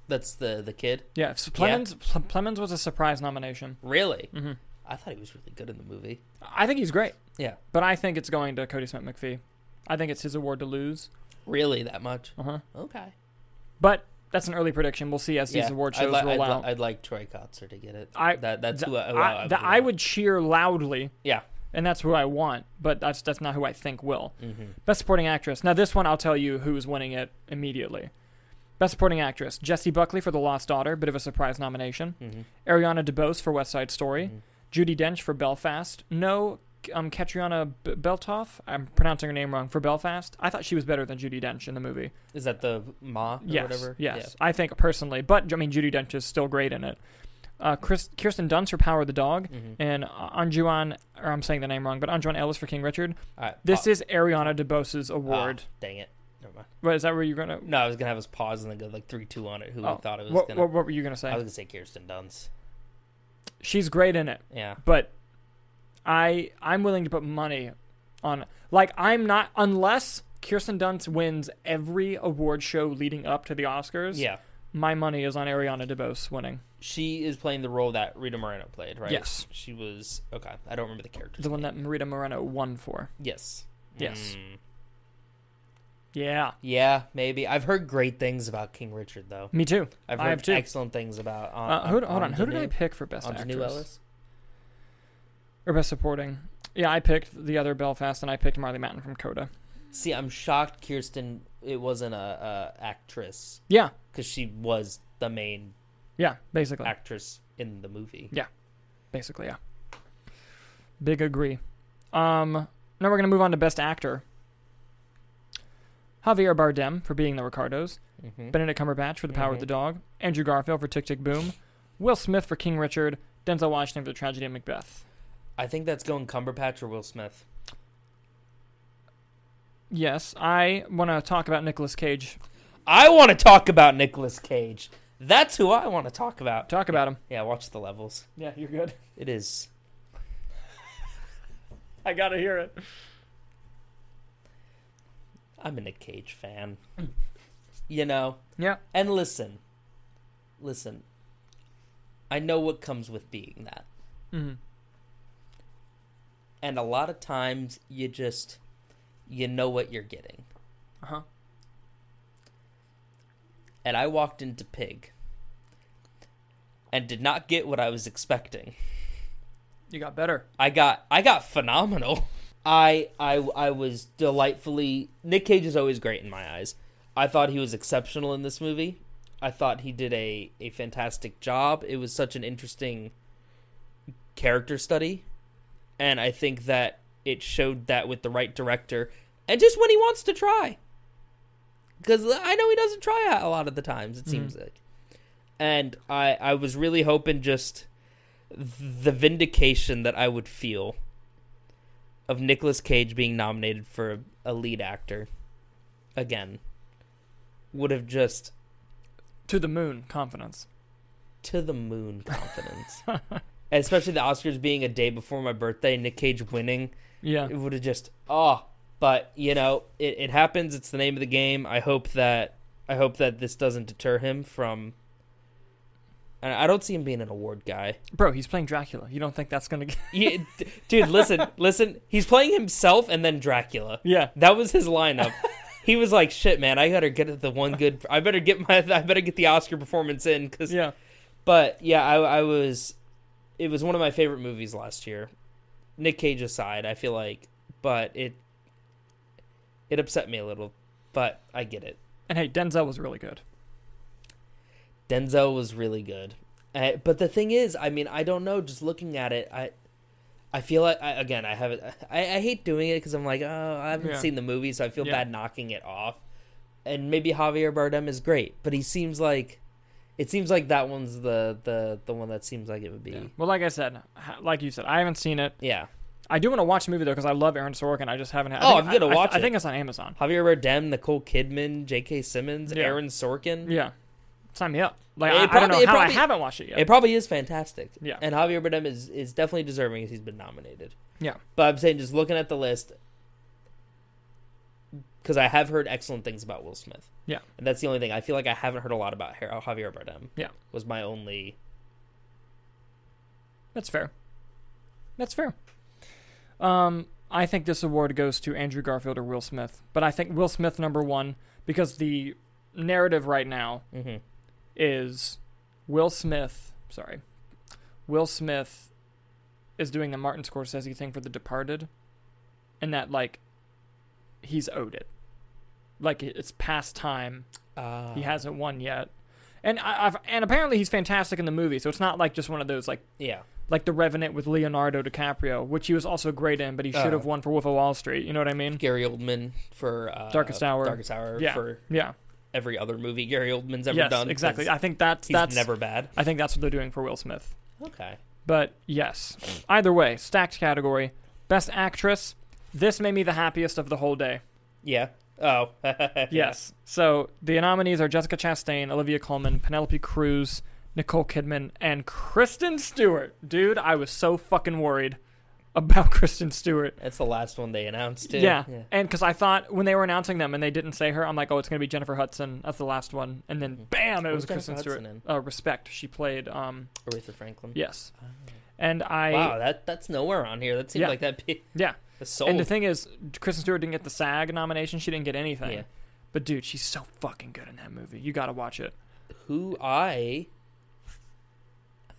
Speaker 2: That's the the kid.
Speaker 1: Yeah, so Plemons. Ple- Plemons was a surprise nomination.
Speaker 2: Really?
Speaker 1: hmm
Speaker 2: I thought he was really good in the movie.
Speaker 1: I think he's great,
Speaker 2: Yeah.
Speaker 1: but I think it's going to Cody Smith McPhee. I think it's his award to lose.
Speaker 2: Uh-huh. Really that much?
Speaker 1: Uh huh.
Speaker 2: Okay.
Speaker 1: But That's an early prediction. We'll see as these award
Speaker 2: I'd
Speaker 1: shows
Speaker 2: li-
Speaker 1: roll
Speaker 2: I'd li-
Speaker 1: out.
Speaker 2: I'd like Troy Kotzer to get it.
Speaker 1: I-
Speaker 2: that, that's
Speaker 1: the-
Speaker 2: who I, who
Speaker 1: I, the- I would cheer loudly,
Speaker 2: Yeah.
Speaker 1: and that's who I want. But that's that's not who I think will.
Speaker 2: Mm-hmm.
Speaker 1: Best Supporting Actress. Now this one, I'll tell you who is winning it immediately. Best Supporting Actress: Jessie Buckley for The Lost Daughter, bit of a surprise nomination.
Speaker 2: Mm-hmm.
Speaker 1: Ariana DeBose for West Side Story. Judy Dench for Belfast. No, um, Katriana B- Beltoff. I'm pronouncing her name wrong for Belfast. I thought she was better than Judy Dench in the movie.
Speaker 2: Is that the Ma or
Speaker 1: yes,
Speaker 2: whatever?
Speaker 1: yes. I think personally, but I mean, Judy Dench is still great in it. Uh, Chris, Kirsten Dunst for Power of the Dog,
Speaker 2: Mm-hmm.
Speaker 1: and Anjuan, or I'm saying the name wrong, but Anjuan Ellis for King Richard.
Speaker 2: Yeah. All right.
Speaker 1: This
Speaker 2: pa-
Speaker 1: is Ariana DeBose's award.
Speaker 2: ah, dang it. Never mind.
Speaker 1: What is that? Where you're gonna?
Speaker 2: No, I was gonna have us pause and then go like three, two on it. Who
Speaker 1: oh,
Speaker 2: I thought it was
Speaker 1: what,
Speaker 2: gonna.
Speaker 1: what, what were you gonna say?
Speaker 2: I was gonna say Kirsten Dunst.
Speaker 1: She's great in it,
Speaker 2: Yeah.
Speaker 1: but I I'm willing to put money on like I'm not unless Kirsten Dunst wins every award show leading up to the Oscars.
Speaker 2: Yeah.
Speaker 1: my money is on Ariana DeBose winning.
Speaker 2: She is playing the role that Rita Moreno played, right?
Speaker 1: Yes.
Speaker 2: She was okay. I don't remember the character.
Speaker 1: The one that Marita Moreno won for.
Speaker 2: Yes.
Speaker 1: Yes.
Speaker 2: Mm.
Speaker 1: Yeah.
Speaker 2: Yeah, maybe. I've heard great things about King Richard though.
Speaker 1: Me too.
Speaker 2: I've
Speaker 1: I
Speaker 2: heard
Speaker 1: have too.
Speaker 2: excellent things about. Uh,
Speaker 1: uh, who, hold on. Who did I
Speaker 2: Ingenue-
Speaker 1: pick for best
Speaker 2: Ingenue
Speaker 1: actress?
Speaker 2: Ellis?
Speaker 1: Or best supporting? Yeah, I picked the other Belfast, and I picked Marley Mountain from Coda.
Speaker 2: See, I'm shocked Kirsten it wasn't a, a actress
Speaker 1: Yeah.
Speaker 2: because she was the main
Speaker 1: Yeah. Basically.
Speaker 2: actress in the movie.
Speaker 1: Basically. Yeah. Big agree. Um. Now we're gonna move on to best actor. Javier Bardem for being the Ricardos.
Speaker 2: Mm-hmm.
Speaker 1: Benedict Cumberbatch for The Power of the Dog. Andrew Garfield for Tick Tick Boom. Will Smith for King Richard. Denzel Washington for The Tragedy of Macbeth.
Speaker 2: I think that's going Cumberbatch or Will Smith.
Speaker 1: Yes, I want to talk about Nicolas Cage.
Speaker 2: I want to talk about Nicolas Cage. That's who I want to talk about.
Speaker 1: Talk about him.
Speaker 2: Yeah, watch the levels.
Speaker 1: Yeah, you're good.
Speaker 2: It is.
Speaker 1: I gotta hear it.
Speaker 2: I'm a Nick Cage fan. you know,
Speaker 1: Yeah.
Speaker 2: and listen, listen. I know what comes with being that.
Speaker 1: hmm
Speaker 2: and a lot of times you just you know what you're getting
Speaker 1: Uh huh.
Speaker 2: and i walked into pig and did not get what i was expecting
Speaker 1: You got better.
Speaker 2: i got i got phenomenal i i i was delightfully nick cage is always great in my eyes i thought he was exceptional in this movie i thought he did a a fantastic job it was such an interesting character study and i think that it showed that with the right director and just when he wants to try because i know he doesn't try out a lot of the times it seems like and i i was really hoping just the vindication that i would feel of Nicolas Cage being nominated for a lead actor again would have just
Speaker 1: To the moon, confidence.
Speaker 2: to the moon confidence. And Especially the Oscars being a day before my birthday, Nick Cage winning
Speaker 1: Yeah.
Speaker 2: it would have just oh but you know it, it happens it's the name of the game i hope that i hope that this doesn't deter him from and i don't see him being an award guy
Speaker 1: Bro, he's playing Dracula. You don't think that's gonna <laughs> get.
Speaker 2: Yeah, d- dude listen listen he's playing himself and then dracula
Speaker 1: Yeah.
Speaker 2: that was his lineup he was like shit man i gotta get the one good i better get my i better get the oscar performance in because
Speaker 1: Yeah.
Speaker 2: but yeah, I, I was. It was one of my favorite movies last year. Nick Cage aside, I feel like, but it it upset me a little, but I get it.
Speaker 1: And hey, Denzel was really good.
Speaker 2: Denzel was really good, uh, but the thing is, I mean, I don't know. Just looking at it, I I feel like I, again, I haven't. I, I hate doing it because I'm like, oh, I haven't
Speaker 1: Yeah.
Speaker 2: seen the movie, so I feel
Speaker 1: Yeah.
Speaker 2: bad knocking it off. And maybe Javier Bardem is great, but he seems like it seems like that one's the the the one that seems like it would be.
Speaker 1: Well, like I said, ha- like you said, I haven't seen it.
Speaker 2: yeah.
Speaker 1: I do want to watch the movie though because I love Aaron Sorkin. I just haven't had. I
Speaker 2: Oh,
Speaker 1: think-
Speaker 2: I'm gonna
Speaker 1: I- I-
Speaker 2: watch
Speaker 1: I think
Speaker 2: it.
Speaker 1: it's on Amazon.
Speaker 2: Javier Bardem, Nicole Kidman, J.K. Simmons,
Speaker 1: Yeah.
Speaker 2: Aaron Sorkin.
Speaker 1: Yeah. Sign me up. Like
Speaker 2: Mm-hmm. It
Speaker 1: I, I don't
Speaker 2: probably-
Speaker 1: know
Speaker 2: it
Speaker 1: how I
Speaker 2: probably-
Speaker 1: haven't watched it yet.
Speaker 2: It probably is fantastic.
Speaker 1: Yeah.
Speaker 2: And Javier Bardem is, is definitely deserving as he's been nominated.
Speaker 1: Yeah.
Speaker 2: But I'm saying just looking at the list, because I have heard excellent things about Will Smith.
Speaker 1: Yeah.
Speaker 2: And that's the only thing. I feel like I haven't heard a lot about Har- uh, Javier Bardem.
Speaker 1: Yeah.
Speaker 2: Was my only.
Speaker 1: That's fair. That's fair. Um, I think this award goes to Andrew Garfield or Will Smith, but I think Will Smith number one because the narrative right now
Speaker 2: Mhm.
Speaker 1: is Will Smith. Sorry, Will Smith is doing the Martin Scorsese thing for The Departed, and that like he's owed it. Like it- it's past time.
Speaker 2: Uh,
Speaker 1: He hasn't won yet, and I, I've and apparently he's fantastic in the movie. So it's not like just one of those like
Speaker 2: yeah.
Speaker 1: like The Revenant with Leonardo DiCaprio, which he was also great in, but he should
Speaker 2: Oh.
Speaker 1: have won for Wolf of Wall Street. You know what I mean?
Speaker 2: Gary Oldman for uh,
Speaker 1: Darkest Hour.
Speaker 2: Darkest Hour
Speaker 1: Yeah.
Speaker 2: for
Speaker 1: Yeah.
Speaker 2: every other movie Gary Oldman's ever
Speaker 1: Yes,
Speaker 2: done. 'cause
Speaker 1: exactly. I think that's
Speaker 2: He's
Speaker 1: that's
Speaker 2: never bad.
Speaker 1: I think that's what they're doing for Will Smith.
Speaker 2: Okay.
Speaker 1: But yes, either way, stacked category. Best actress. This made me the happiest of the whole day.
Speaker 2: Yeah. Oh. <laughs>
Speaker 1: Yes. So the nominees are Jessica Chastain, Olivia Colman, Penelope Cruz, Nicole Kidman, and Kristen Stewart. Dude, I was so fucking worried about <laughs> Kristen Stewart.
Speaker 2: That's the last one they announced. Too.
Speaker 1: Yeah. And because I thought when they were announcing them and they didn't say her, I'm like, oh, it's going to be Jennifer Hudson. That's the last one. And then bam, it was
Speaker 2: What was Mm-hmm. Jennifer
Speaker 1: Kristen Stewart.
Speaker 2: Hudson
Speaker 1: Uh, Respect. She played, um,
Speaker 2: Aretha Franklin.
Speaker 1: yes. And I,
Speaker 2: wow, that that's nowhere on here. That seemed
Speaker 1: Yeah.
Speaker 2: like that'd be <laughs>
Speaker 1: yeah.
Speaker 2: a soul.
Speaker 1: And the thing is, Kristen Stewart didn't get the SAG nomination. She didn't get anything.
Speaker 2: Yeah.
Speaker 1: But dude, she's so fucking good in that movie. You got to watch it.
Speaker 2: who I <laughs>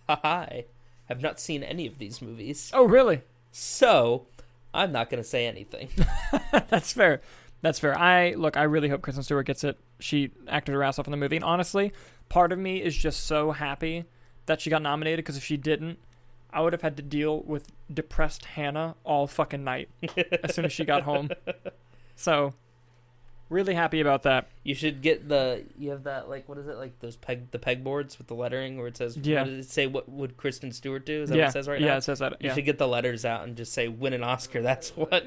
Speaker 2: I have not seen any of these movies,
Speaker 1: Oh, really?
Speaker 2: so I'm not going to say anything. <laughs>
Speaker 1: That's fair. That's fair. I look. I really hope Kristen Stewart gets it. She acted her ass off in the movie, and honestly, part of me is just so happy that she got nominated. Because if she didn't, I would have had to deal with depressed Hannah all fucking
Speaker 2: <laughs>
Speaker 1: night as soon as she got home. So, really happy about that.
Speaker 2: You should get the you have that like what is it like those peg the pegboards with the lettering where it says
Speaker 1: Yeah.
Speaker 2: what does it say what would Kristen Stewart do? Is that
Speaker 1: yeah,
Speaker 2: what it says right
Speaker 1: yeah,
Speaker 2: now?
Speaker 1: it says that.
Speaker 2: You
Speaker 1: Yeah.
Speaker 2: should get the letters out and just say win an Oscar. That's
Speaker 1: <laughs>
Speaker 2: what.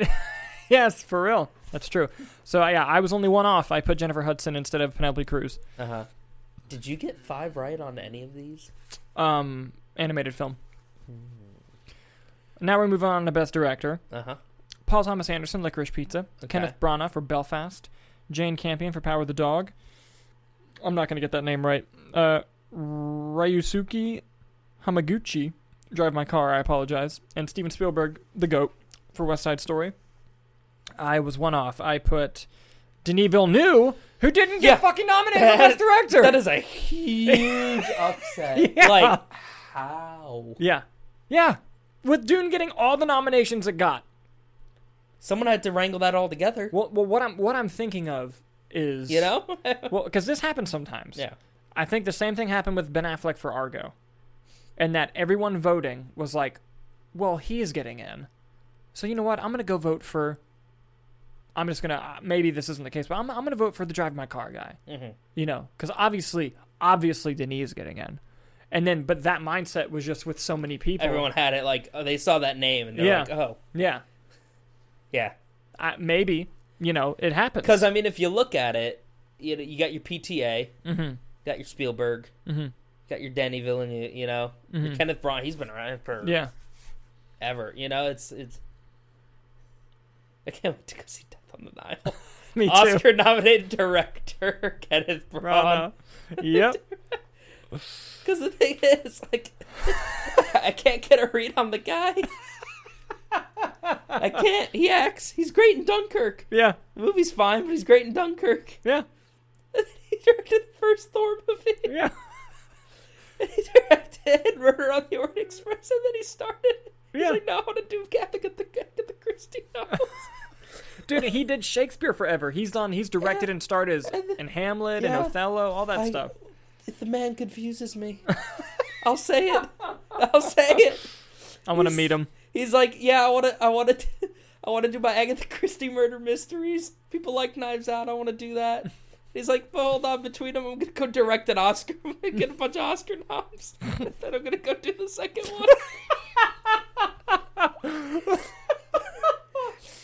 Speaker 1: yes, for real. That's true. So yeah, I was only one off. I put Jennifer Hudson instead of Penelope Cruz.
Speaker 2: Uh huh. Did you get five right on any of these? Hmm.
Speaker 1: Um, animated film. Now we move on to best director.
Speaker 2: Uh huh.
Speaker 1: Paul Thomas Anderson, Licorice Pizza.
Speaker 2: Okay.
Speaker 1: Kenneth Branagh for Belfast. Jane Campion for Power of the Dog. I'm not going to get that name right. Uh, Ryusuke Hamaguchi, Drive My Car, I apologize. And Steven Spielberg, The GOAT, for West Side Story. I was one off. I put Denis Villeneuve, who didn't get
Speaker 2: Yeah.
Speaker 1: fucking nominated for Best Director.
Speaker 2: That is
Speaker 1: <laughs>
Speaker 2: a huge upset.
Speaker 1: Yeah.
Speaker 2: Like how?
Speaker 1: yeah. Yeah. With Dune getting all the nominations it got.
Speaker 2: Someone had to wrangle that all together.
Speaker 1: Well, well what I'm what I'm thinking of is
Speaker 2: You know? <laughs>
Speaker 1: Well, because this happens sometimes.
Speaker 2: yeah.
Speaker 1: I think the same thing happened with Ben Affleck for Argo, and that everyone voting was like, "Well, he's getting in, so you know what? I'm gonna go vote for." I'm just gonna uh, maybe this isn't the case, but I'm I'm gonna vote for the drive my car guy.
Speaker 2: Mm-hmm.
Speaker 1: You know, because obviously, obviously Denis is getting in, and then but that mindset was just with so many people.
Speaker 2: Everyone had it like oh, they saw that name and they're
Speaker 1: Yeah.
Speaker 2: like, oh
Speaker 1: yeah,
Speaker 2: yeah.
Speaker 1: I, maybe you know it happens.
Speaker 2: Because I mean, if you look at it, you know, you got your PTA,
Speaker 1: Mhm.
Speaker 2: got your Spielberg,
Speaker 1: Mhm.
Speaker 2: got your Danny Villeneuve, you know, your
Speaker 1: Mhm.
Speaker 2: Kenneth Braun. He's been around for
Speaker 1: yeah,
Speaker 2: ever. You know, it's it's. I can't wait to go see Death on the Nile.
Speaker 1: <laughs> me too.
Speaker 2: Oscar-nominated director <laughs> Kenneth Branagh.
Speaker 1: Rana. yep.
Speaker 2: Because the thing is, like, <laughs> I can't get a read on the guy. I can't. He acts. He's great in Dunkirk.
Speaker 1: Yeah.
Speaker 2: The movie's fine, but he's great in Dunkirk.
Speaker 1: Yeah.
Speaker 2: <laughs> he directed the first Thor movie. <laughs>
Speaker 1: Yeah.
Speaker 2: And he directed Murder on the Orient Express, and then he started. He's
Speaker 1: Yeah.
Speaker 2: like, no, I want to do Agatha, Agatha Christie novels.
Speaker 1: Dude, he did Shakespeare forever. He's done. He's directed and starred as in Hamlet
Speaker 2: Yeah.
Speaker 1: and Othello, all that
Speaker 2: I-
Speaker 1: stuff.
Speaker 2: The man
Speaker 1: <laughs>
Speaker 2: confuses me. I'll say it. I'll say it.
Speaker 1: I want to
Speaker 2: he's-
Speaker 1: meet him.
Speaker 2: He's like, yeah, I want to, I want to, <laughs> I want to do my Agatha Christie murder mysteries. People like Knives Out. I want to do <laughs> that. He's like, but hold on, between them, I'm gonna go direct an Oscar. <laughs> I'm gonna get a bunch of Oscar noms, and then I'm gonna go do the second <laughs> one.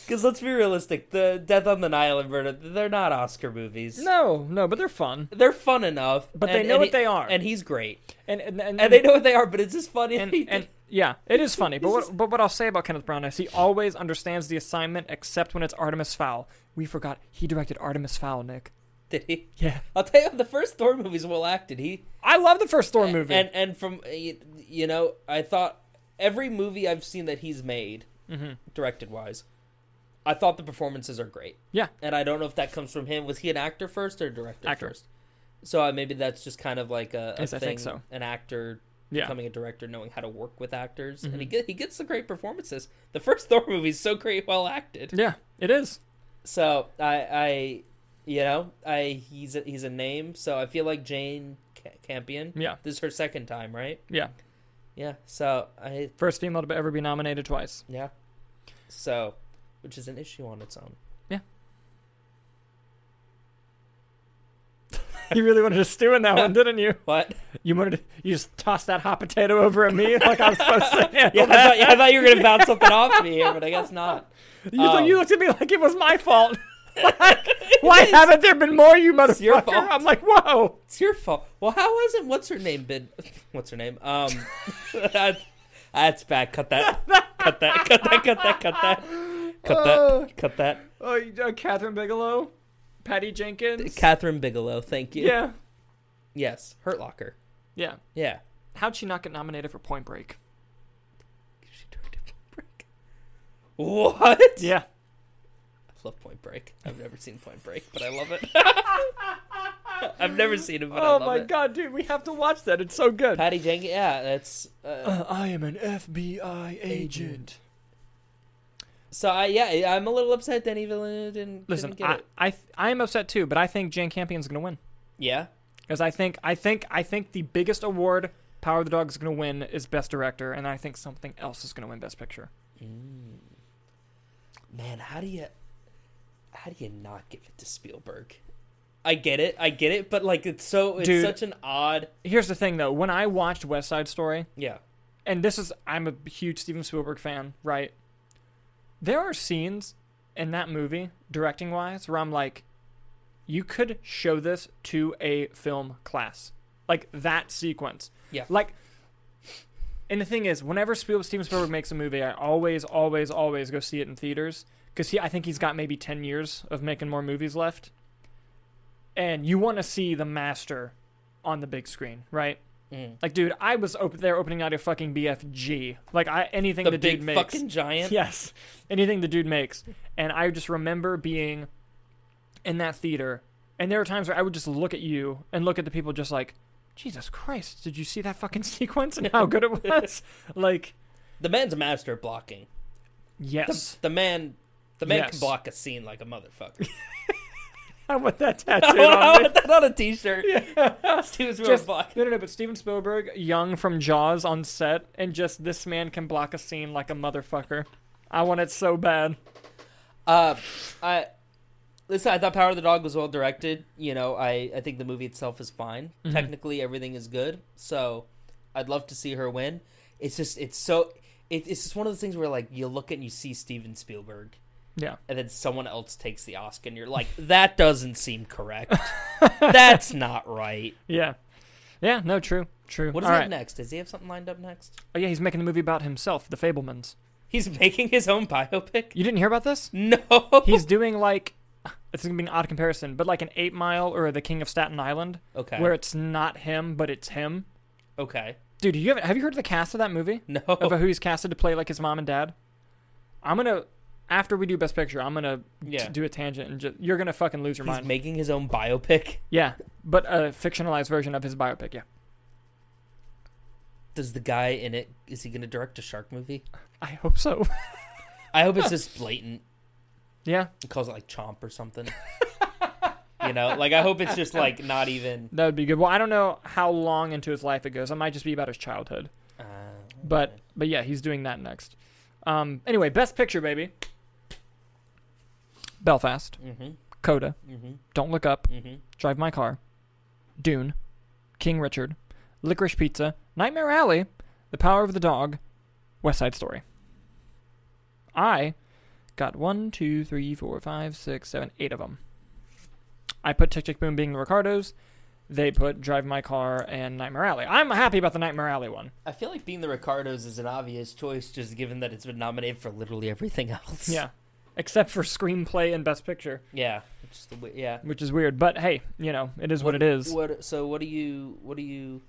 Speaker 2: Because let's be realistic, the Death on the Nile and Murder, they're not Oscar movies.
Speaker 1: No, no, but they're fun.
Speaker 2: They're fun enough,
Speaker 1: But they know what they are.
Speaker 2: and he's great,
Speaker 1: And and and,
Speaker 2: and they know what they are. But it's just funny.
Speaker 1: and, and- yeah, it is funny. But what but what I'll say about Kenneth Branagh is he always understands the assignment, except when it's Artemis Fowl. We forgot he directed Artemis Fowl, Nick.
Speaker 2: did he?
Speaker 1: Yeah,
Speaker 2: I'll tell you, the first Thor movies well acted. He
Speaker 1: I love the first Thor movie.
Speaker 2: and and from uh, y- you know, I thought every movie I've seen that he's made,
Speaker 1: Mm-hmm.
Speaker 2: directed wise, I thought the performances are great.
Speaker 1: yeah,
Speaker 2: And I don't know if that comes from him. Was he an actor first or a director
Speaker 1: Actor.
Speaker 2: first? So uh, maybe that's just kind of like a, a
Speaker 1: Yes, I
Speaker 2: thing.
Speaker 1: think so.
Speaker 2: An actor
Speaker 1: Yeah.
Speaker 2: becoming a director, knowing how to work with actors,
Speaker 1: Mhm.
Speaker 2: and he get, he gets the great performances. The first <laughs> Thor movie is so great, well acted.
Speaker 1: Yeah, it is.
Speaker 2: So I, I, you know, I he's a, he's a name. So I feel like Jane Ca- Campion.
Speaker 1: Yeah.
Speaker 2: This is her second time, right?
Speaker 1: Yeah.
Speaker 2: Yeah. So I
Speaker 1: First female to ever be nominated twice.
Speaker 2: yeah. So, which is an issue on its own.
Speaker 1: You really wanted to stew in that one, didn't you?
Speaker 2: What?
Speaker 1: You wanted to, you just tossed that hot potato over at me <laughs> like I was supposed to. handle
Speaker 2: Yeah, <laughs> I
Speaker 1: that.
Speaker 2: thought, I thought you were gonna bounce something off me here, but I guess not.
Speaker 1: You, look-
Speaker 2: Um,
Speaker 1: you looked at me like it was my fault. <laughs> Like, why haven't there been more, you motherfucker?
Speaker 2: your fault.
Speaker 1: I'm like, whoa.
Speaker 2: It's your fault. Well, how hasn't what's her name been? <laughs> What's her name? Um, <laughs> that, that's bad. Cut that. Cut that. Cut that. Cut that. Cut that. Cut
Speaker 1: Uh.
Speaker 2: that. Cut that.
Speaker 1: Oh, you- uh, Catherine Bigelow, Patty Jenkins.
Speaker 2: Catherine Bigelow. Thank you.
Speaker 1: yeah,
Speaker 2: Yes. Hurt Locker.
Speaker 1: yeah.
Speaker 2: Yeah.
Speaker 1: How'd she not get nominated for Point Break?
Speaker 2: She directed Point Break. What?
Speaker 1: Yeah,
Speaker 2: I love Point Break. I've never seen Point Break, but I love it.
Speaker 1: <laughs>
Speaker 2: I've never seen it, but I
Speaker 1: oh
Speaker 2: love
Speaker 1: my
Speaker 2: it.
Speaker 1: god, dude, we have to watch that. It's so good.
Speaker 2: Patty Jenkins. Yeah, that's. Uh,
Speaker 1: I am an FBI
Speaker 2: agent. so I yeah I- I'm a little upset that Evil didn't
Speaker 1: Listen,
Speaker 2: didn't get
Speaker 1: I,
Speaker 2: it.
Speaker 1: I th- I am upset too, but I think Jane Campion's gonna win
Speaker 2: Yeah.
Speaker 1: because I think I think I think the biggest award Power of the Dog is gonna win is Best Director, and I think something else is gonna win Best Picture.
Speaker 2: Mm. Man, how do you how do you not give it to Spielberg? I get it, I get it, but like it's so it's
Speaker 1: Dude.
Speaker 2: such an odd
Speaker 1: Here's the thing though, when I watched West Side Story,
Speaker 2: yeah
Speaker 1: and this is I'm a huge Steven Spielberg fan, right? There are scenes in that movie, directing wise, where I'm like, you could show this to a film class, like that sequence,
Speaker 2: Yeah.
Speaker 1: Like, and the thing is, whenever Spiel- Steven Spielberg makes a movie, I always, always, always go see it in theaters because he, I think he's got maybe ten years of making more movies left, and you want to see the master on the big screen, right?
Speaker 2: Mm.
Speaker 1: Like, dude, I was op- there opening night of fucking BFG. Like, I anything
Speaker 2: the,
Speaker 1: the,
Speaker 2: big
Speaker 1: dude makes.
Speaker 2: fucking giant.
Speaker 1: Yes, anything the dude makes, and I just remember being in that theater, and there were times where I would just look at you and look at the people, just like, Jesus Christ, did you see that fucking <laughs> sequence and how good
Speaker 2: <laughs>
Speaker 1: it was? like,
Speaker 2: The man's a master at blocking. The,
Speaker 1: yes,
Speaker 2: the <laughs> man the man
Speaker 1: Yes.
Speaker 2: can block a scene like a motherfucker.
Speaker 1: I want <laughs> that
Speaker 2: I
Speaker 1: tattooed on me.
Speaker 2: want that on a t-shirt. Steven Spielberg
Speaker 1: Just,
Speaker 2: block.
Speaker 1: no, no, no, but Steven Spielberg, young from Jaws on set, and just this man can block a scene like a motherfucker. I want it so bad.
Speaker 2: Uh, I listen. I thought Power of the Dog was well directed. You know, I I think the movie itself is fine.
Speaker 1: Mm-hmm.
Speaker 2: Technically, everything is good. So, I'd love to see her win. It's just it's so it, it's just one of those things where like you look and you see Steven Spielberg,
Speaker 1: Yeah.
Speaker 2: and then someone else takes the Oscar, and you're like, that doesn't
Speaker 1: <laughs>
Speaker 2: seem correct. That's not right.
Speaker 1: Yeah. Yeah, no, true. True.
Speaker 2: What is
Speaker 1: All
Speaker 2: that
Speaker 1: right.
Speaker 2: next? Does he have something lined up next?
Speaker 1: Oh, yeah, he's making a movie about himself, The Fablemans.
Speaker 2: He's making his own biopic. <laughs>
Speaker 1: You didn't hear about this?
Speaker 2: No,
Speaker 1: He's doing like, <sighs> it's going to be an odd comparison, but like an 8 Mile or The King of Staten Island,
Speaker 2: okay.
Speaker 1: where it's not him, but it's him.
Speaker 2: Okay,
Speaker 1: Dude, you have, have you heard of the cast of that movie?
Speaker 2: <laughs> no.
Speaker 1: Of uh, who he's casted to play like his mom and dad? I'm going to, after we do Best Picture, I'm going to
Speaker 2: Yeah.
Speaker 1: do a tangent and just, you're going to fucking lose your
Speaker 2: He's
Speaker 1: mind.
Speaker 2: making his own biopic.
Speaker 1: yeah, but a fictionalized version of his biopic, yeah.
Speaker 2: Does the guy in it is he going to direct a shark movie?
Speaker 1: I hope
Speaker 2: <laughs>
Speaker 1: so.
Speaker 2: I hope
Speaker 1: <laughs>
Speaker 2: it's just blatant.
Speaker 1: yeah,
Speaker 2: He calls it like chomp or something. you know, like I hope it's just like not even.
Speaker 1: that would be good. Well, I don't know how long into his life it goes. It might just be about his childhood.
Speaker 2: Uh,
Speaker 1: But but yeah, he's doing that next. Um, anyway, best picture, baby. Belfast,
Speaker 2: mm-hmm,
Speaker 1: Coda,
Speaker 2: mm-hmm,
Speaker 1: Don't Look Up,
Speaker 2: mm-hmm.
Speaker 1: Drive My Car, Dune, King Richard, Licorice Pizza, Nightmare Alley, The Power of the Dog, West Side Story. I got one, two, three, four, five, six, seven, eight of them. I put Tick Tick Boom being the Ricardos. They put Drive My Car and Nightmare Alley. I'm happy about the Nightmare Alley one.
Speaker 2: I feel like being the Ricardos is an obvious choice, just given that it's been nominated for literally everything else.
Speaker 1: Yeah. Except for screenplay and best picture,
Speaker 2: <laughs> yeah, it's just the way, yeah.
Speaker 1: which is weird. But hey, you know, it is what, it is.
Speaker 2: What? So what do you? What do you?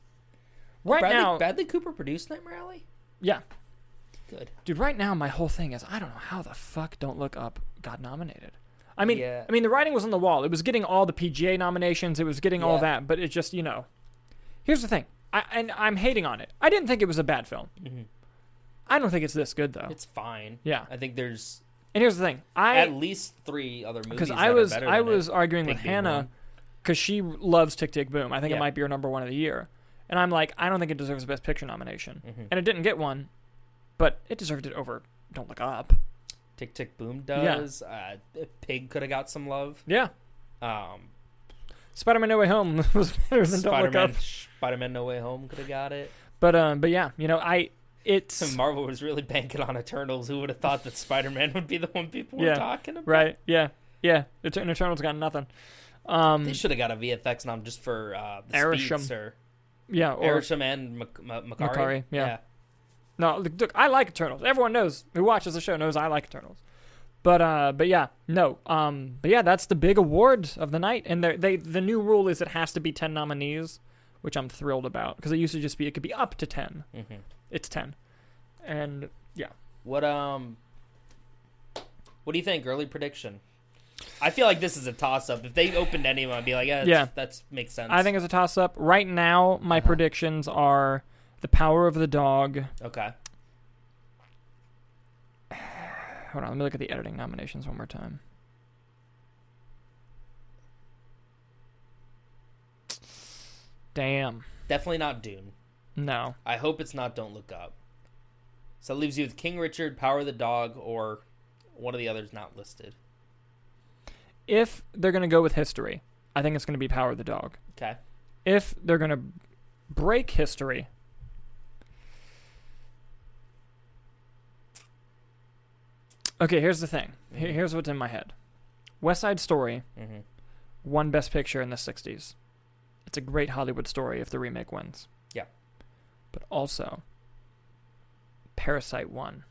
Speaker 1: right
Speaker 2: Bradley,
Speaker 1: now,
Speaker 2: Bradley Cooper produced Nightmare Alley.
Speaker 1: yeah.
Speaker 2: Good.
Speaker 1: Dude, right now my whole thing is I don't know how the fuck Don't Look Up got nominated. I mean,
Speaker 2: Yeah.
Speaker 1: I mean, the writing was on the wall. It was getting all the PGA nominations. It was getting all
Speaker 2: Yeah.
Speaker 1: that, but it just, you know, here's the thing. I and I'm hating on it. I didn't think it was a bad film. I don't think it's this good though.
Speaker 2: Mm-hmm. It's fine.
Speaker 1: Yeah.
Speaker 2: I think there's
Speaker 1: and here's the thing. I
Speaker 2: at least three other movies.
Speaker 1: because
Speaker 2: Because
Speaker 1: I was I was arguing
Speaker 2: Tick,
Speaker 1: with
Speaker 2: Tick,
Speaker 1: Hannah
Speaker 2: Boom.
Speaker 1: because she loves Tick Tick Boom. I think it
Speaker 2: Yeah.
Speaker 1: might be her number one of the year, and I'm like, I don't think it deserves a Best Picture nomination,
Speaker 2: Mm-hmm.
Speaker 1: and it didn't get one, but it deserved it over Don't Look Up.
Speaker 2: Tick Tick Boom
Speaker 1: Yeah.
Speaker 2: does. Uh, Pig could have got some love.
Speaker 1: Yeah,
Speaker 2: Um,
Speaker 1: Spider-Man No Way Home <laughs> was better than Don't Look
Speaker 2: Spider-Man,
Speaker 1: Up.
Speaker 2: <laughs> Spider-Man No Way Home could have got it.
Speaker 1: But um, but yeah, you know, I it's
Speaker 2: <laughs> Marvel was really banking on Eternals. Who would have thought that Spider-Man would be the one people
Speaker 1: Yeah.
Speaker 2: were talking about?
Speaker 1: right, yeah, yeah. Etern- Eternals got nothing. Um,
Speaker 2: They should have got a VFX nom just for uh, the
Speaker 1: Arishem.
Speaker 2: Speeds or
Speaker 1: yeah, or
Speaker 2: Arishem and Mac- Ma- Macari.
Speaker 1: Macari, yeah. No, look, look, I like Eternals. Everyone knows who watches the show knows I like Eternals. But uh, but yeah, no. Um, but yeah, that's the big award of the night, and they they the new rule is it has to be ten nominees, which I'm thrilled about because it used to just be it could be up to ten.
Speaker 2: Mhm.
Speaker 1: It's ten, and yeah,
Speaker 2: What um, what do you think? Early prediction. I feel like this is a toss-up. If they opened anyone, I'd be like, yeah, that's,
Speaker 1: Yeah.
Speaker 2: that's makes sense.
Speaker 1: I think it's a toss up. Right now, my
Speaker 2: Uh-huh.
Speaker 1: predictions are the power of the dog.
Speaker 2: okay.
Speaker 1: Hold on, let me look at the editing nominations one more time. Damn,
Speaker 2: Definitely not Dune.
Speaker 1: no.
Speaker 2: I hope it's not Don't Look Up. So it leaves you with King Richard, Power of the Dog, or one of the others not listed.
Speaker 1: if they're going to go with history, I think it's going to be Power of the Dog.
Speaker 2: Okay.
Speaker 1: If they're going to break history, okay, here's the thing. Here- Here's what's in my head. West Side Story
Speaker 2: Mm-hmm.
Speaker 1: won Best Picture in the '60s. It's a great Hollywood story if the remake wins.
Speaker 2: Yeah.
Speaker 1: But also, Parasite won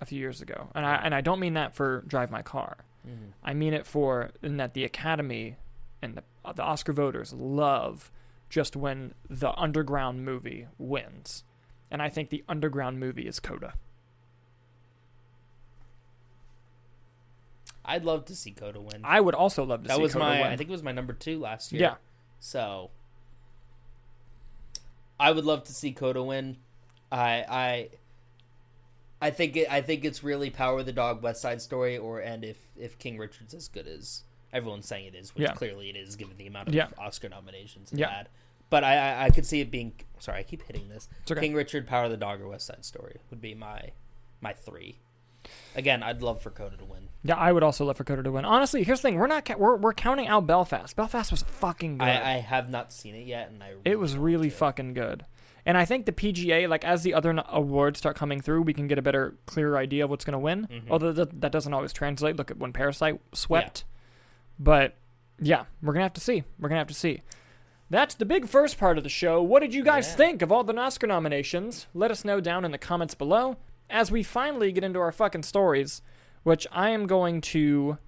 Speaker 1: a few years ago, and I and I don't mean that for Drive My Car.
Speaker 2: Mm-hmm.
Speaker 1: I mean it for in that the Academy and the, the Oscar voters love just when the underground movie wins, and I think the underground movie is Coda.
Speaker 2: I'd love to see Coda win.
Speaker 1: I would also love to
Speaker 2: that
Speaker 1: see
Speaker 2: was
Speaker 1: Coda
Speaker 2: my.
Speaker 1: win.
Speaker 2: I think it was my number two last year.
Speaker 1: yeah,
Speaker 2: So I would love to see Coda win. I I I think it, I think it's really Power of the Dog, West Side Story, or and if if King Richard's as good as everyone's saying it is, which
Speaker 1: Yeah.
Speaker 2: clearly it is given the amount of
Speaker 1: Yeah.
Speaker 2: Oscar nominations it
Speaker 1: Yeah.
Speaker 2: had. But I, I I could see it being sorry I keep hitting this
Speaker 1: It's okay.
Speaker 2: King Richard, Power of the Dog, or West Side Story would be my my three. Again, I'd love for Coda to win.
Speaker 1: yeah. I would also love for Coda to win. Honestly, here's the thing: we're not ca- we're, we're counting out Belfast. Belfast was fucking good.
Speaker 2: I, I have not seen it yet, and I
Speaker 1: it was
Speaker 2: really
Speaker 1: really
Speaker 2: it.
Speaker 1: fucking good. And I think the PGA, like as the other n- awards start coming through, we can get a better, clearer idea of what's going to win.
Speaker 2: Mhm.
Speaker 1: Although th- that doesn't always translate. Look at when Parasite swept. But yeah, we're gonna have to see. We're gonna have to see. That's the big first part of the show. What did you guys
Speaker 2: Yeah.
Speaker 1: think of all the Oscar nominations? Let us know down in the comments below as we finally get into our fucking stories, which I am going to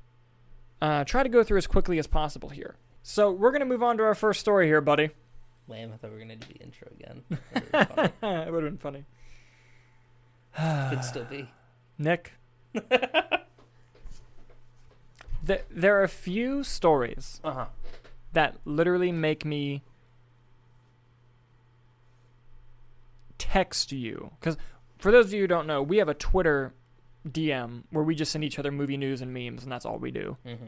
Speaker 1: uh, try to go through as quickly as possible here. So we're gonna move on to our first story here, buddy.
Speaker 2: Lame. I thought we were gonna do the intro
Speaker 1: <laughs>
Speaker 2: again. That would've been
Speaker 1: it would have been
Speaker 2: <sighs>
Speaker 1: funny.
Speaker 2: funny.
Speaker 1: Uh,
Speaker 2: Could still be.
Speaker 1: Nick. Th there are a few stories
Speaker 2: Uh huh.
Speaker 1: that literally make me text you. Because for those of you who don't know, we have a Twitter DM where we just send each other movie news and memes, and that's all we do.
Speaker 2: hmm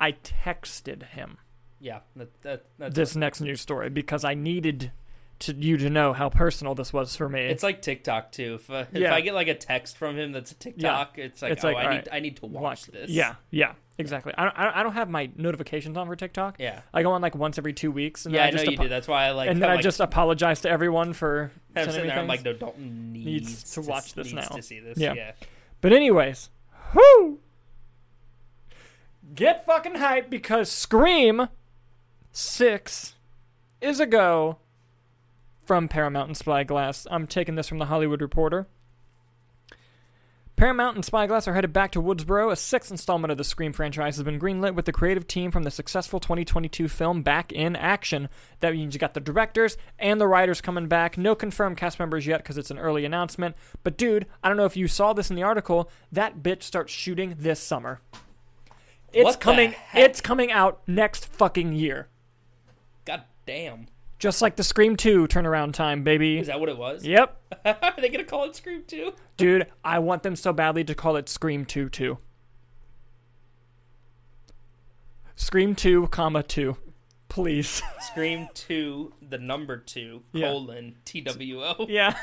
Speaker 1: I texted him
Speaker 2: Yeah. That, that, that's
Speaker 1: this next news story because I needed to you to know how personal this was for me.
Speaker 2: It's like TikTok too. If uh, if
Speaker 1: Yeah.
Speaker 2: I get like a text from him that's a TikTok, it's like
Speaker 1: It's
Speaker 2: oh
Speaker 1: like,
Speaker 2: I
Speaker 1: all
Speaker 2: need
Speaker 1: right,
Speaker 2: I need to watch, this.
Speaker 1: Yeah, yeah, exactly. I don't, I don't, I don't have my notifications on for TikTok.
Speaker 2: Yeah.
Speaker 1: I go on like once every two weeks, and
Speaker 2: yeah.
Speaker 1: then
Speaker 2: I
Speaker 1: I
Speaker 2: know
Speaker 1: just
Speaker 2: you
Speaker 1: apo-
Speaker 2: do. That's why I like.
Speaker 1: and then
Speaker 2: I'm
Speaker 1: I
Speaker 2: like-
Speaker 1: just apologize to everyone for
Speaker 2: I'm
Speaker 1: sending
Speaker 2: sitting
Speaker 1: me
Speaker 2: there. I'm
Speaker 1: things.
Speaker 2: like, no, Dalton needs,
Speaker 1: to watch this
Speaker 2: needs
Speaker 1: now.
Speaker 2: To see this.
Speaker 1: Yeah.
Speaker 2: Yeah.
Speaker 1: But anyways, whoo! Get fucking hype because Scream Six is a go from Paramount and Spyglass. I'm taking this from the Hollywood Reporter. Paramount and Spyglass are headed back to Woodsboro. A sixth installment of the Scream franchise has been greenlit with the creative team from the successful 2022 film Back in Action. That means you got the directors and the writers coming back. No confirmed cast members yet because it's an early announcement. But dude, I don't know if you saw this in the article. That bitch starts shooting this summer. It's
Speaker 2: What the
Speaker 1: coming.
Speaker 2: heck?
Speaker 1: It's coming out next fucking year.
Speaker 2: God damn.
Speaker 1: Just like the Scream 2 turnaround time, baby.
Speaker 2: Is that what it was?
Speaker 1: Yep.
Speaker 2: <laughs> Are they gonna call it Scream too?
Speaker 1: Dude, I want them so badly to call it Scream 2 2. Scream 2, comma 2. Please. <laughs>
Speaker 2: Scream two, the number two
Speaker 1: Yeah.
Speaker 2: colon T W O.
Speaker 1: yeah.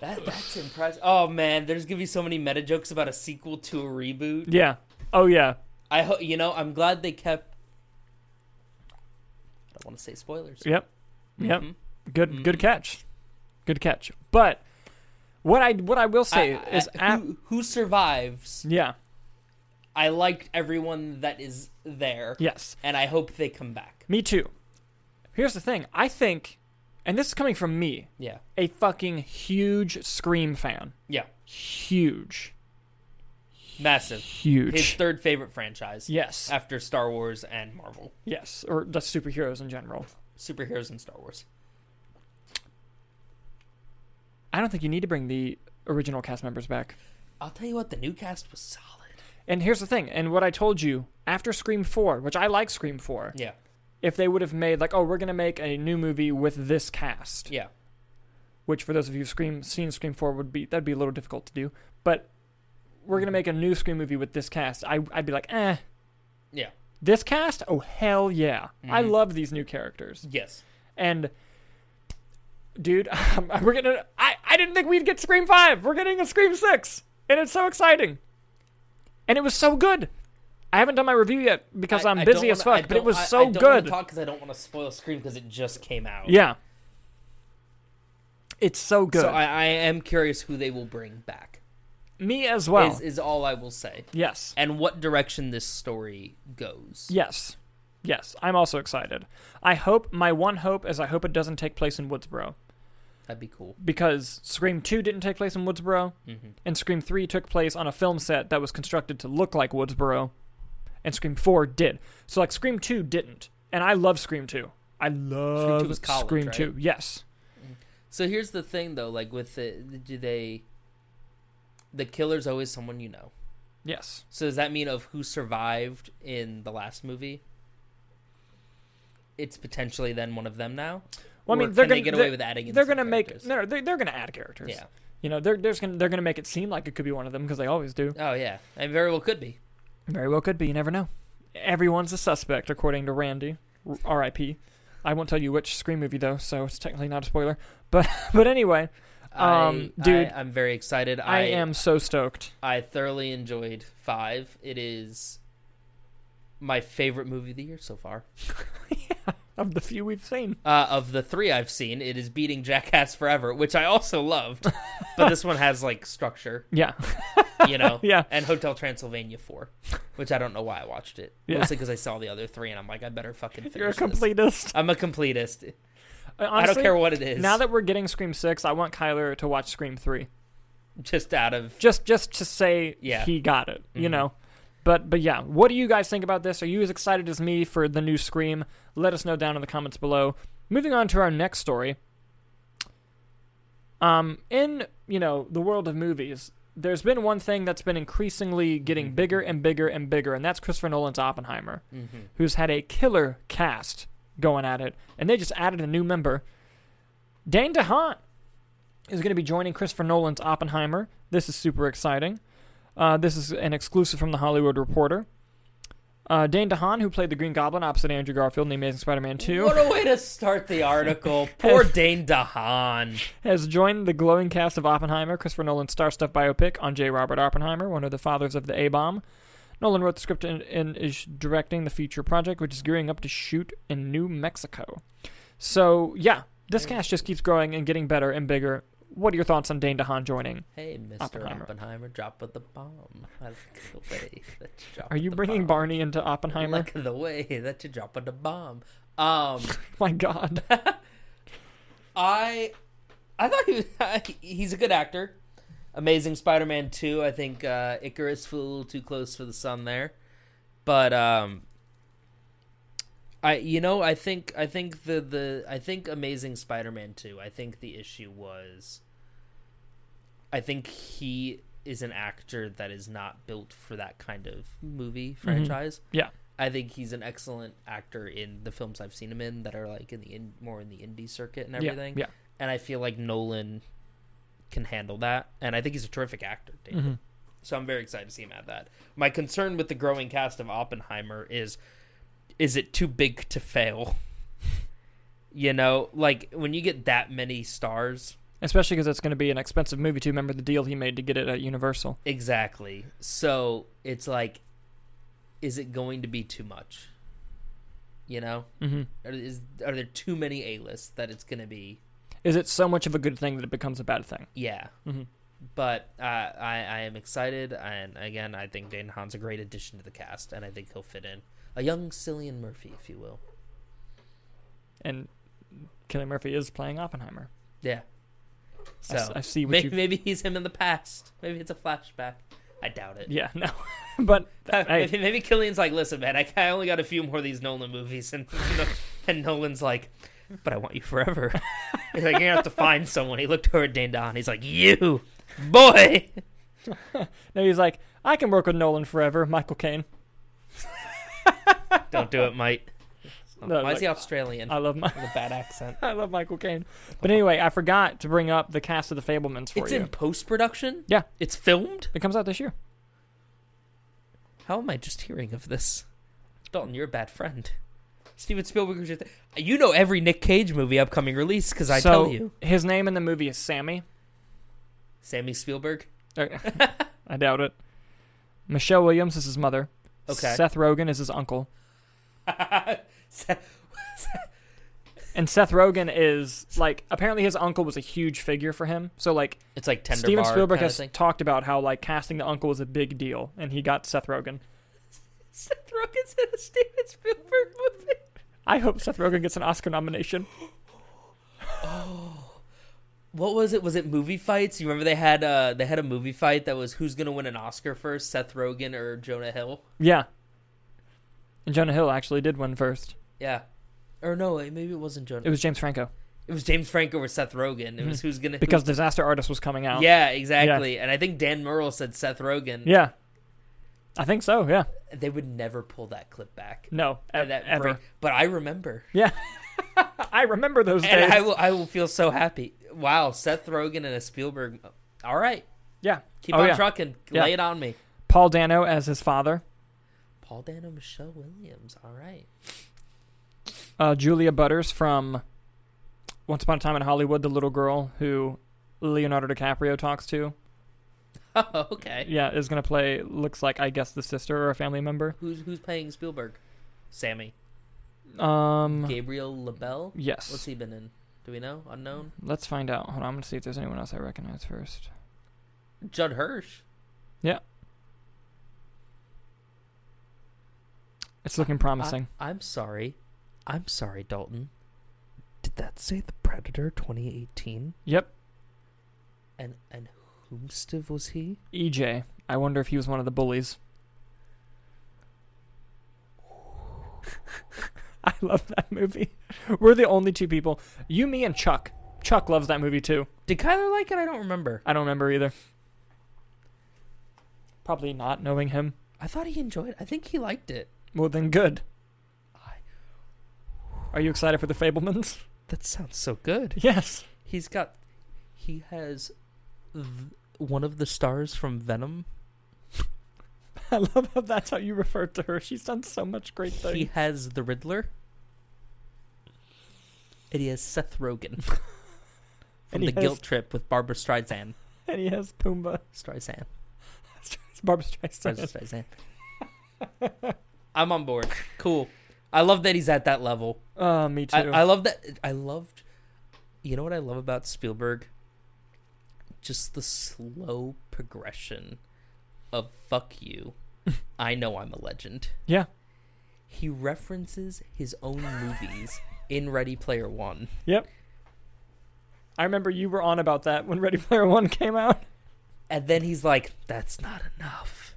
Speaker 2: That that's impressive. Oh man, there's gonna be so many meta jokes about a sequel to a reboot.
Speaker 1: Yeah. Oh, yeah.
Speaker 2: I hope you know. I'm glad they kept. I don't want to say spoilers.
Speaker 1: Yep. Yep.
Speaker 2: Mhm.
Speaker 1: Good good catch. Good catch. But what I what I will say
Speaker 2: I- I-
Speaker 1: is ap-
Speaker 2: who, who survives?
Speaker 1: yeah.
Speaker 2: I liked everyone that is there,
Speaker 1: Yes.
Speaker 2: and I hope they come back.
Speaker 1: Me too. Here's the thing. I think and this is coming from me,
Speaker 2: Yeah,
Speaker 1: a fucking huge Scream fan.
Speaker 2: yeah,
Speaker 1: Huge.
Speaker 2: massive.
Speaker 1: Huge.
Speaker 2: His third favorite franchise
Speaker 1: yes.
Speaker 2: after Star Wars and Marvel
Speaker 1: Yes, or the superheroes in general.
Speaker 2: superheroes and Star Wars.
Speaker 1: I don't think you need to bring the original cast members back.
Speaker 2: I'll tell you what, the new cast was solid.
Speaker 1: And here's the thing, and what I told you after Scream 4, which I like Scream 4,
Speaker 2: Yeah,
Speaker 1: if they would have made, like, oh, we're going to make a new movie with this cast,
Speaker 2: yeah,
Speaker 1: which for those of you who've Scream, seen Scream 4 would be, that'd be a little difficult to do, but we're going to make a new Scream movie with this cast, I, I'd be like, eh.
Speaker 2: yeah.
Speaker 1: This cast? Oh, hell yeah. I love these new characters.
Speaker 2: Yes,
Speaker 1: And dude, <laughs> we're getting. I I didn't think we'd get Scream Five. We're getting a Scream Six, and it's so exciting. And it was so good. I haven't done my review yet because I, am
Speaker 2: I
Speaker 1: busy
Speaker 2: don't
Speaker 1: as
Speaker 2: wanna- I
Speaker 1: fuck. But it
Speaker 2: don't-
Speaker 1: was
Speaker 2: I- I
Speaker 1: so
Speaker 2: don't wanna
Speaker 1: good.
Speaker 2: Talk because I don't want to spoil Scream because it just came out.
Speaker 1: yeah, it's so good.
Speaker 2: So I, I am curious who they will bring back.
Speaker 1: Me as well.
Speaker 2: Is is all I will say.
Speaker 1: yes,
Speaker 2: And what direction this story goes.
Speaker 1: yes, yes. I'm also excited. I hope my one hope is I hope it doesn't take place in Woodsboro
Speaker 2: That'd be cool.
Speaker 1: because Scream Two didn't take place in Woodsboro.
Speaker 2: Mm-hmm.
Speaker 1: and Scream 3 took place on a film set that was constructed to look like Woodsboro, and Scream 4 did. So, like, Scream 2 didn't. And I love Scream 2. I love
Speaker 2: was college,
Speaker 1: Scream
Speaker 2: right?
Speaker 1: 2. Yes.
Speaker 2: So here's the thing, though. Like with the, do they? The killer's always someone you know.
Speaker 1: Yes.
Speaker 2: So does that mean of who survived in the last movie? It's potentially then one of them now.
Speaker 1: Well, I
Speaker 2: Or
Speaker 1: mean, they're
Speaker 2: can
Speaker 1: gonna
Speaker 2: they get away with adding. In
Speaker 1: They're
Speaker 2: some
Speaker 1: gonna make
Speaker 2: characters?
Speaker 1: no, no, they're, they're gonna add characters.
Speaker 2: Yeah.
Speaker 1: You know, they're they're just gonna they're gonna make it seem like it could be one of them because they always do.
Speaker 2: Oh yeah, and very well could be.
Speaker 1: Very well could be. You never know. Everyone's a suspect, according to Randy, R- R.I.P. I won't tell you which Scream movie though, so it's technically not a spoiler. But <laughs> but anyway, Um,
Speaker 2: I,
Speaker 1: dude.
Speaker 2: I, am very excited.
Speaker 1: I am so stoked.
Speaker 2: I thoroughly enjoyed Five. It is my favorite movie of the year so far.
Speaker 1: Of the few we've seen,
Speaker 2: Uh, of the three I've seen, it is beating Jackass Forever, which I also loved. but this one has like structure,
Speaker 1: yeah.
Speaker 2: you know.
Speaker 1: <laughs> Yeah.
Speaker 2: And Hotel Transylvania Four, which I don't know why I watched it.
Speaker 1: Yeah.
Speaker 2: Mostly because I saw the other three, and I'm like, I better fucking. Finish
Speaker 1: You're a
Speaker 2: this.
Speaker 1: completist.
Speaker 2: I'm a completist.
Speaker 1: Honestly,
Speaker 2: I don't care what it is.
Speaker 1: Now that we're getting Scream Six, I want Kyler to watch Scream Three,
Speaker 2: just out of
Speaker 1: just just to say
Speaker 2: Yeah.
Speaker 1: he got it. You
Speaker 2: Mhm.
Speaker 1: know. But but yeah, what do you guys think about this? Are you as excited as me for the new Scream? Let us know down in the comments below. Moving on to our next story. Um, in you know the world of movies, there's been one thing that's been increasingly getting
Speaker 2: Mhm.
Speaker 1: bigger and bigger and bigger, and that's Christopher Nolan's Oppenheimer.
Speaker 2: Mhm.
Speaker 1: who's had a killer cast going at it, and they just added a new member. Dane DeHaan is going to be joining Christopher Nolan's Oppenheimer. This is super exciting. Uh, this is an exclusive from The Hollywood Reporter. Uh, Dane DeHaan, who played the Green Goblin opposite Andrew Garfield in The Amazing Spider Man 2,
Speaker 2: What a way to start
Speaker 1: <laughs>
Speaker 2: the article. Poor Dane DeHaan.
Speaker 1: has joined the glowing cast of Oppenheimer, Christopher Nolan's star stuff biopic on J. Robert Oppenheimer, one of the fathers of the A bomb. Nolan wrote the script and, and is directing the feature project, which is gearing up to shoot in New Mexico. So, yeah, this cast just keeps growing and getting better and bigger. What are your thoughts on Dane DeHaan joining?
Speaker 2: Hey, Mr.
Speaker 1: Oppenheimer.
Speaker 2: Oppenheimer, drop of the bomb. I like the way that you drop
Speaker 1: Are you
Speaker 2: the
Speaker 1: bringing
Speaker 2: bomb.
Speaker 1: Barney into
Speaker 2: I
Speaker 1: Oppenheimer?
Speaker 2: like the way that you drop of the bomb. Um,
Speaker 1: <laughs> My God.
Speaker 2: <laughs> I, I thought he was, <laughs> he's a good actor. Amazing Spider-Man two. I think uh, Icarus flew a little too close for the sun there, but um, I you know I think I think the the I think Amazing Spider-Man two. I think the issue was, I think he is an actor that is not built for that kind of movie franchise.
Speaker 1: Yeah.
Speaker 2: I think he's an excellent actor in the films I've seen him in that are like in the in, more in the indie circuit and
Speaker 1: Yeah,
Speaker 2: everything.
Speaker 1: Yeah.
Speaker 2: And I feel like Nolan can handle that, and I think he's a terrific actor. David.
Speaker 1: Mhm.
Speaker 2: So I'm very excited to see him at that. My concern with the growing cast of Oppenheimer is is it too big to fail? <laughs> you know, like when you get that many stars,
Speaker 1: Especially because it's going to be an expensive movie too. Remember the deal he made to get it at Universal.
Speaker 2: exactly. So it's like is it going to be too much? You know?
Speaker 1: Mm-hmm.
Speaker 2: Are, is, are there too many A-lists that it's going to be
Speaker 1: Is it so much of a good thing that it becomes a bad thing?
Speaker 2: yeah.
Speaker 1: Mhm.
Speaker 2: But uh, I, I am excited, and again, I think Dane Hahn's a great addition to the cast, and I think he'll fit in. A young Cillian Murphy, if you will.
Speaker 1: And Killian Murphy is playing Oppenheimer.
Speaker 2: Yeah.
Speaker 1: I s-
Speaker 2: So
Speaker 1: I see what
Speaker 2: maybe,
Speaker 1: you.
Speaker 2: maybe he's him in the past. Maybe it's a flashback. I doubt it.
Speaker 1: Yeah, <laughs> no, but hey,
Speaker 2: Maybe, maybe Killian's like, listen, man, I, I only got a few more of these Nolan movies, and <laughs> you know, and Nolan's like, but I want you forever. <laughs> he's like, you're gonna have to find someone. He looked over at Dane Don. He's like, you, boy. <laughs>
Speaker 1: no, he's like, I can work with Nolan forever. Michael Caine.
Speaker 2: Don't do it, mate.
Speaker 1: No,
Speaker 2: Why
Speaker 1: like, uh,
Speaker 2: is he Australian?
Speaker 1: I love my,
Speaker 2: with a bad accent.
Speaker 1: <laughs> I love Michael Caine. But anyway, I forgot to bring up the cast of the Fablemans for
Speaker 2: It's
Speaker 1: you.
Speaker 2: in post production.
Speaker 1: Yeah.
Speaker 2: It's filmed.
Speaker 1: It comes out this year.
Speaker 2: How am I just hearing of this? Dalton, you're a bad friend. Steven Spielberg was your th- You know every Nick Cage movie upcoming release because I
Speaker 1: so
Speaker 2: tell you.
Speaker 1: his name in the movie is Sammy.
Speaker 2: Sammy Spielberg.
Speaker 1: Uh,
Speaker 2: <laughs>
Speaker 1: I doubt it. Michelle Williams is his mother.
Speaker 2: Okay.
Speaker 1: Seth Rogen is his
Speaker 2: <laughs>
Speaker 1: uncle,
Speaker 2: Sa-
Speaker 1: and Seth Rogen is like apparently his uncle was a huge figure for him. So like
Speaker 2: it's like tender
Speaker 1: Steven
Speaker 2: bar
Speaker 1: Spielberg
Speaker 2: kinda
Speaker 1: has
Speaker 2: thing. <laughs>
Speaker 1: talked about how like casting the uncle was a big deal, and he got Seth Rogen.
Speaker 2: Seth Rogen's in a Steven Spielberg movie.
Speaker 1: I hope Seth Rogen gets an Oscar nomination.
Speaker 2: What was it? Was it movie fights? You remember they had uh they had a movie fight that was who's gonna win an Oscar first, Seth Rogen or Jonah Hill?
Speaker 1: Yeah. And Jonah Hill actually did win first.
Speaker 2: Yeah. Or no, wait, maybe it wasn't Jonah.
Speaker 1: It was Mm-hmm. James Franco
Speaker 2: It was James Franco or Seth Rogen. It was who's gonna
Speaker 1: because Disaster Artist was coming out.
Speaker 2: Yeah, exactly. And I think Dan Merle said Seth Rogen.
Speaker 1: Yeah. I think so. Yeah.
Speaker 2: They would never pull that clip back.
Speaker 1: No. e-
Speaker 2: And that
Speaker 1: ever.
Speaker 2: break- But I remember.
Speaker 1: Yeah. I remember those days.
Speaker 2: And I will I will feel so happy. Wow, Seth Rogen and a Spielberg. All right.
Speaker 1: yeah.
Speaker 2: Keep
Speaker 1: Oh,
Speaker 2: on
Speaker 1: yeah.
Speaker 2: trucking.
Speaker 1: Yeah.
Speaker 2: Lay it on me.
Speaker 1: Paul Dano as his father.
Speaker 2: Paul Dano, Michelle Williams. All right. <laughs>
Speaker 1: Uh, Julia Butters from Once Upon a Time in Hollywood, the little girl who Leonardo DiCaprio talks to.
Speaker 2: Oh, okay.
Speaker 1: Yeah, is going to play, looks like, I guess, the sister or a family member.
Speaker 2: Who's who's playing Spielberg? Sammy.
Speaker 1: Um,
Speaker 2: Gabriel LaBelle?
Speaker 1: yes.
Speaker 2: What's he been in? Do we know? Unknown?
Speaker 1: Let's find out. Hold on, I'm gonna see if there's anyone else I recognize first.
Speaker 2: Judd Hirsch.
Speaker 1: It's looking promising.
Speaker 2: I, am sorry. I'm sorry, Dalton. Did that say The Predator 2018?
Speaker 1: yep,
Speaker 2: And and whomstive was he?
Speaker 1: EJ. E I wonder if he was one of the bullies. <laughs> I love that movie. We're the only two people. You, me, and Chuck. Chuck loves that movie too.
Speaker 2: Did Kyler like it? I don't remember.
Speaker 1: I don't remember either. Probably not knowing him.
Speaker 2: I thought he enjoyed it. I think he liked it.
Speaker 1: Well, then good.
Speaker 2: I-
Speaker 1: Are you excited for the Fablemans? <laughs>
Speaker 2: That sounds so good.
Speaker 1: Yes.
Speaker 2: He's got he has th- one of the stars from Venom.
Speaker 1: I love how that's how you refer to her. She's done so much great things.
Speaker 2: He has the Riddler. And he has
Speaker 1: <laughs>
Speaker 2: Seth Rogen from
Speaker 1: And he
Speaker 2: The
Speaker 1: has-
Speaker 2: Guilt Trip with Barbara Streisand.
Speaker 1: and he has Pumbaa.
Speaker 2: Streisand.
Speaker 1: It's Barbra Streisand. <laughs>
Speaker 2: Barbra Streisand. I'm on board. Cool. I love that he's at that level.
Speaker 1: Uh, me too.
Speaker 2: I, I love that. I loved. You know what I love about Spielberg? Just the slow progression of "fuck
Speaker 1: <laughs>
Speaker 2: you." I know I'm a legend.
Speaker 1: yeah,
Speaker 2: He references his own movies in Ready Player One.
Speaker 1: I remember you were on about that when Ready Player One came out.
Speaker 2: And then he's like, that's not enough.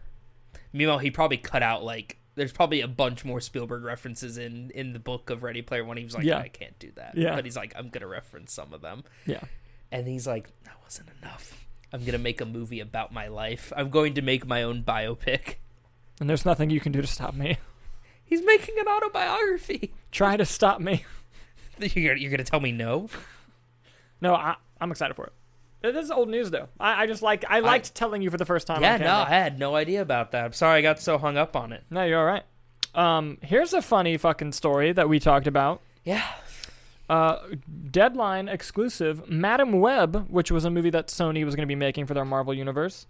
Speaker 2: Meanwhile, he probably cut out like there's probably a bunch more Spielberg references in in the book of Ready Player One. He was like,
Speaker 1: Yeah.
Speaker 2: I can't do that.
Speaker 1: Yeah.
Speaker 2: But he's like, I'm gonna reference some of them.
Speaker 1: Yeah.
Speaker 2: And he's like, that wasn't enough. I'm gonna make a movie about my life. I'm going to make my own biopic.
Speaker 1: And there's nothing you can do to stop me. <laughs>
Speaker 2: He's making an autobiography. <laughs>
Speaker 1: Try to stop me.
Speaker 2: You're, you're gonna tell me no?
Speaker 1: No, I, I'm excited for it. Uh, This is old news though. I, I just like I liked telling you for the first time.
Speaker 2: yeah,
Speaker 1: on
Speaker 2: no, I
Speaker 1: camera.
Speaker 2: had no idea about that. I'm sorry I got so hung up on it.
Speaker 1: no, you're all right. Um, here's a funny fucking story that we talked about.
Speaker 2: Yeah.
Speaker 1: Uh, Deadline exclusive, Madam Web, which was a movie that Sony was going to be making for their Marvel universe,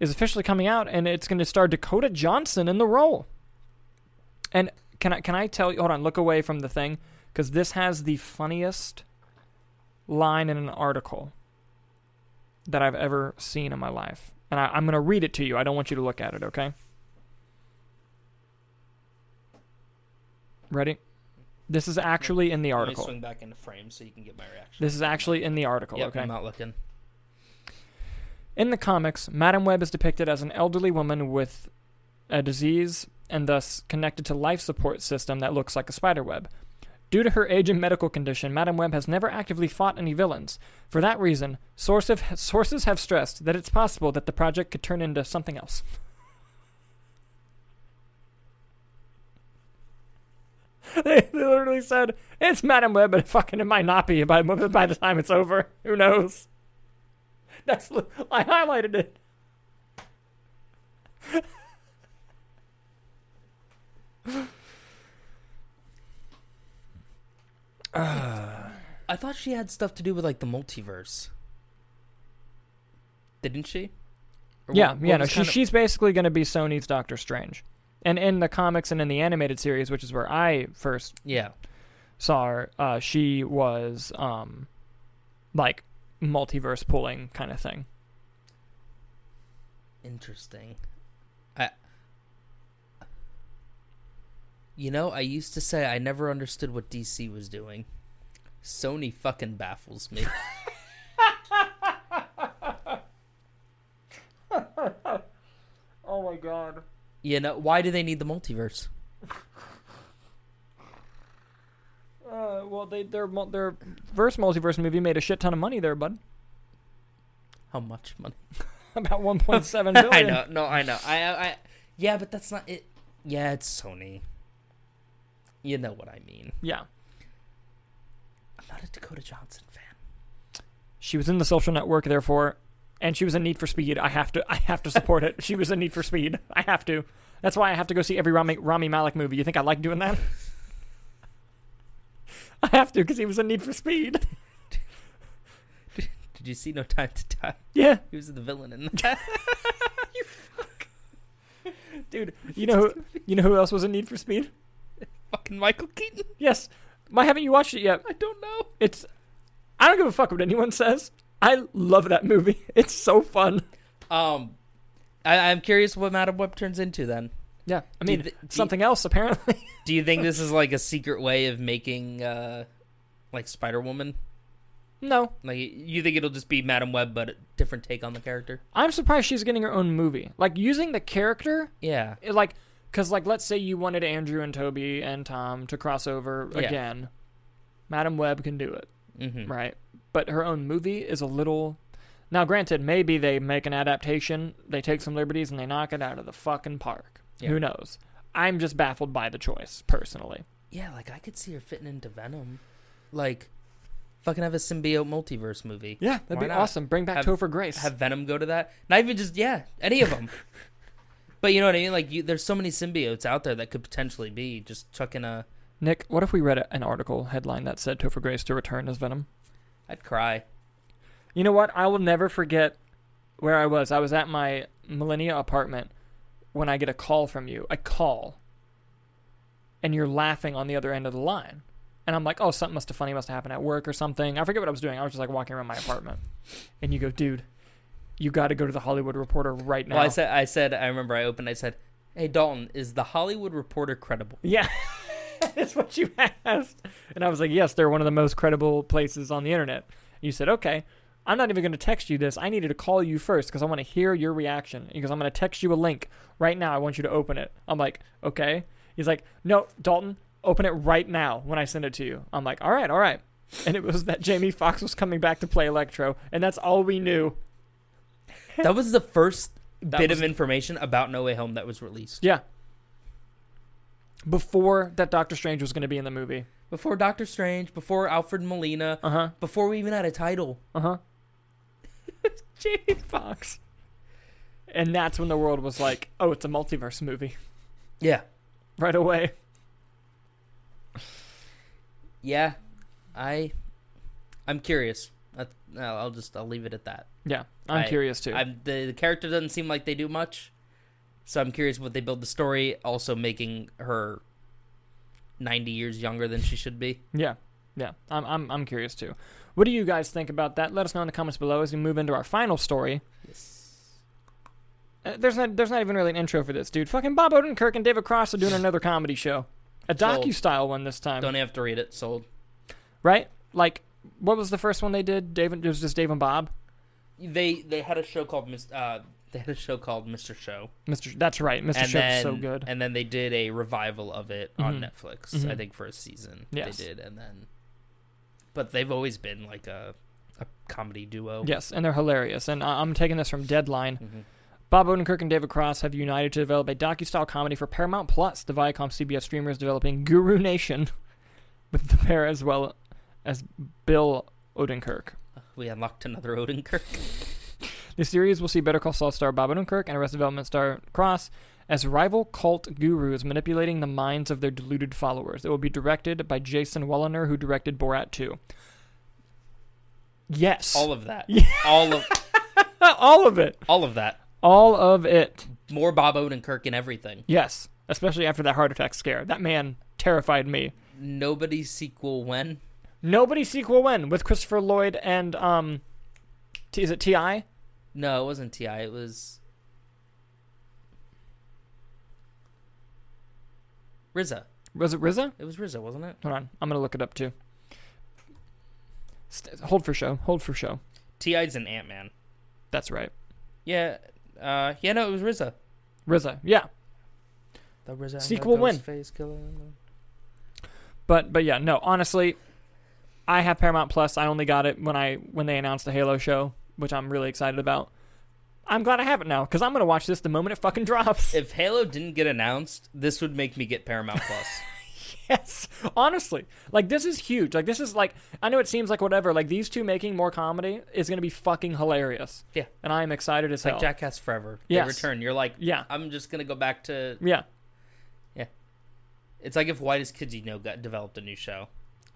Speaker 1: is officially coming out, and it's going to star Dakota Johnson in the role. And can I can I tell you? Hold on, look away from the thing because this has the funniest line in an article that I've ever seen in my life, and I, I'm going to read it to you. I don't want you to look at it, okay? Ready? This is actually in the
Speaker 2: Let me
Speaker 1: article.
Speaker 2: swing back into frame so you can get my reaction.
Speaker 1: This is actually in the article,
Speaker 2: Yep,
Speaker 1: okay?
Speaker 2: I'm not looking.
Speaker 1: In the comics, Madame Web is depicted as an elderly woman with a disease and thus connected to life support system that looks like a spider web. Due to her age and medical condition, Madame Web has never actively fought any villains. For that reason, source of, sources have stressed that it's possible that the project could turn into something else. <laughs> they, they literally said, "It's Madam Web, but fucking it might not be by by the time it's over. Who knows?" <laughs> That's li- I highlighted it.
Speaker 2: I thought she had stuff to do with like the multiverse. Didn't she? Or
Speaker 1: yeah,
Speaker 2: what-
Speaker 1: yeah.
Speaker 2: what
Speaker 1: No,
Speaker 2: was
Speaker 1: she,
Speaker 2: kinda-
Speaker 1: she's basically going to be Sony's Doctor Strange, and in the comics and in the animated series, which is where I first
Speaker 2: Yeah.
Speaker 1: saw her, uh, she was um, like multiverse pulling kind of thing.
Speaker 2: Interesting. I You know, I used to say I never understood what DC was doing. Sony fucking
Speaker 1: <laughs>
Speaker 2: baffles me.
Speaker 1: Oh my god.
Speaker 2: you know, why do they need the multiverse?
Speaker 1: Uh, well, they their mul- their verse multiverse movie made a shit ton of money there, bud. <laughs>
Speaker 2: How much money?
Speaker 1: About 1.7 billion.
Speaker 2: <laughs> I know. No, I know. I, I I Yeah, but that's not it. Yeah, it's Sony. You know what I mean.
Speaker 1: Yeah,
Speaker 2: I'm not a Dakota Johnson fan.
Speaker 1: she was in the Social Network, therefore, and she was in Need for Speed. I have to I have to support it. She was in Need for Speed. I have to. That's why I have to go see every Rami, Rami Malik movie. You think I like doing that? <laughs> I have to because he was in Need for Speed. <laughs>
Speaker 2: Did you see No Time to Die?
Speaker 1: Yeah,
Speaker 2: He was the villain in
Speaker 1: <laughs>
Speaker 2: that. <laughs>
Speaker 1: dude. You know who? You know who else was in Need for Speed?
Speaker 2: Fucking Michael
Speaker 1: <laughs>
Speaker 2: Keaton.
Speaker 1: Yes. Why haven't you watched it yet?
Speaker 2: I don't know.
Speaker 1: It's. I don't give a fuck what anyone says. I love that movie. <laughs> It's so fun.
Speaker 2: Um, I, I'm curious what Madam Web turns into then.
Speaker 1: Yeah, I
Speaker 2: Do
Speaker 1: mean
Speaker 2: you thi- do you-
Speaker 1: something else apparently.
Speaker 2: Do you think this is like a secret way of making, uh, like Spider Woman?
Speaker 1: <laughs> no,
Speaker 2: Like you think it'll just be Madam Web, but a different take on the character?
Speaker 1: I'm surprised she's getting her own movie. Like using the character,
Speaker 2: Yeah,
Speaker 1: it, like because like let's say you wanted Andrew and Toby and Tom to cross over
Speaker 2: Yeah.
Speaker 1: again, Madam Web can do it,
Speaker 2: mm-hmm.
Speaker 1: right? But her own movie is a little. Now, granted, maybe they make an adaptation, they take some liberties, and they knock it out of the fucking park.
Speaker 2: Yeah.
Speaker 1: Who knows? I'm just baffled by the choice personally.
Speaker 2: yeah. Like I could see her fitting into Venom, like fucking have a symbiote multiverse movie.
Speaker 1: Yeah, that'd
Speaker 2: Why
Speaker 1: be
Speaker 2: not?
Speaker 1: awesome. Bring back
Speaker 2: Have-
Speaker 1: Topher Grace.
Speaker 2: Have Venom go to that. Not even just yeah, any
Speaker 1: <laughs>
Speaker 2: of them. but you know what I mean? Like you, there's so many symbiotes out there that could potentially be just chucking a.
Speaker 1: Nick, what if we read a- an article headline that said Topher Grace to return as Venom?
Speaker 2: I'd cry.
Speaker 1: You know what? I will never forget where I was. I was at my Millennia apartment when I get a call from you. A call. And you're laughing on the other end of the line. And I'm like, oh, something must have funny must have happened at work or something. I forget what I was doing. I was just like walking around my apartment. And you go, dude, you got to go to the Hollywood Reporter right now.
Speaker 2: Well, I said, I said, I remember I opened. I said, "Hey Dalton, is the Hollywood
Speaker 1: <laughs>
Speaker 2: Reporter credible?"
Speaker 1: yeah. That's what you asked. And I was like, yes, they're one of the most credible places on the internet. You said, okay, I'm not even going to text you this. I needed to call you first because I want to hear your reaction. Because I'm going to text you a link right now. I want you to open it. I'm like, okay. He's like, no, Dalton, open it right now when I send it to you. I'm like, all right, all right. And it was that Jamie Foxx was coming back to play Electro, and that's all we knew.
Speaker 2: That was the first
Speaker 1: That
Speaker 2: bit
Speaker 1: was-
Speaker 2: of information about No Way Home that was released
Speaker 1: Yeah. Before that Doctor Strange was going to be in the movie.
Speaker 2: before Doctor Strange, before Alfred Molina,
Speaker 1: Uh huh.
Speaker 2: before we even had a title.
Speaker 1: Uh huh. <laughs> Jamie Fox. And that's when the world was like, oh, it's a multiverse movie <laughs>
Speaker 2: Yeah,
Speaker 1: right away.
Speaker 2: yeah. I, I'm curious. That- I'll I'll just I'll leave it at that.
Speaker 1: Yeah, I'm
Speaker 2: I-
Speaker 1: curious too.
Speaker 2: I'm, the, the character doesn't seem like they do much, so I'm curious what they build the story. Also, making her ninety years younger than she should be.
Speaker 1: yeah, yeah, I'm, I'm, I'm curious too. What do you guys think about that? Let us know in the comments below as we move into our final story. Uh, there's not, there's not even really an intro for this, dude. Fucking Bob Odenkirk and David Cross are <laughs> doing another comedy show, a
Speaker 2: Sold.
Speaker 1: docu style one this time,
Speaker 2: Don't have to read it. Sold.
Speaker 1: right? Like, what was the first one they did? David, it was just Dave and Bob.
Speaker 2: They they had a show called Mis- uh they had a show called Mr. Show.
Speaker 1: Mr. That's right, Mr.
Speaker 2: and
Speaker 1: Show's
Speaker 2: then,
Speaker 1: so good.
Speaker 2: And then they did a revival of it on
Speaker 1: Mhm.
Speaker 2: Netflix, I
Speaker 1: Mhm.
Speaker 2: think for a season.
Speaker 1: Yes.
Speaker 2: They did and then but they've always been like a a comedy duo.
Speaker 1: Yes, and they're hilarious. And I- I'm taking this from Deadline.
Speaker 2: Mhm.
Speaker 1: Bob Odenkirk and David Cross have united to develop a docu-style comedy for Paramount Plus. The Viacom CBS streamer is developing Guru Nation <laughs> with the pair as well as Bill Odenkirk.
Speaker 2: We unlocked another
Speaker 1: <laughs>
Speaker 2: Odenkirk.
Speaker 1: The series will see Better Call Saul star Bob Odenkirk and Arrested Development star Cross as rival cult gurus manipulating the minds of their deluded followers. It will be directed by Jason Walliner, who directed Borat 2. Yes.
Speaker 2: All of that.
Speaker 1: Yeah.
Speaker 2: All of
Speaker 1: <laughs> all of it.
Speaker 2: all of that.
Speaker 1: All of it.
Speaker 2: More Bob Odenkirk and everything.
Speaker 1: Yes, especially after that heart attack scare. That man terrified me.
Speaker 2: Nobody's sequel when?
Speaker 1: Nobody sequel when with Christopher Lloyd and um, T- is it Ti?
Speaker 2: No, it wasn't T.I. It was Rizza.
Speaker 1: Was it RZA?
Speaker 2: It was Rizza, wasn't it?
Speaker 1: Hold on, I'm gonna look it up too. St- hold for show. Hold for show.
Speaker 2: T.I.'s an Ant Man.
Speaker 1: That's right.
Speaker 2: Yeah, uh, yeah, no, it was Rizza.
Speaker 1: RZA. Yeah,
Speaker 2: The RZA
Speaker 1: Sequel win. but but yeah, no. Honestly, I have Paramount Plus. I only got it when I when they announced the Halo show, which I'm really excited about. I'm glad I have it now because I'm gonna watch this the moment it fucking drops.
Speaker 2: If Halo didn't get announced, this would make me get Paramount Plus.
Speaker 1: Yes, honestly, like this is huge. Like this is like I know it seems like whatever. Like these two making more comedy is gonna be fucking hilarious.
Speaker 2: Yeah.
Speaker 1: and I am excited as
Speaker 2: like
Speaker 1: hell.
Speaker 2: Jackass Forever,
Speaker 1: Yes.
Speaker 2: they return. You're like,
Speaker 1: yeah,
Speaker 2: I'm just gonna go back to.
Speaker 1: yeah,
Speaker 2: It's like if Whitest Kids You Know got developed a new show.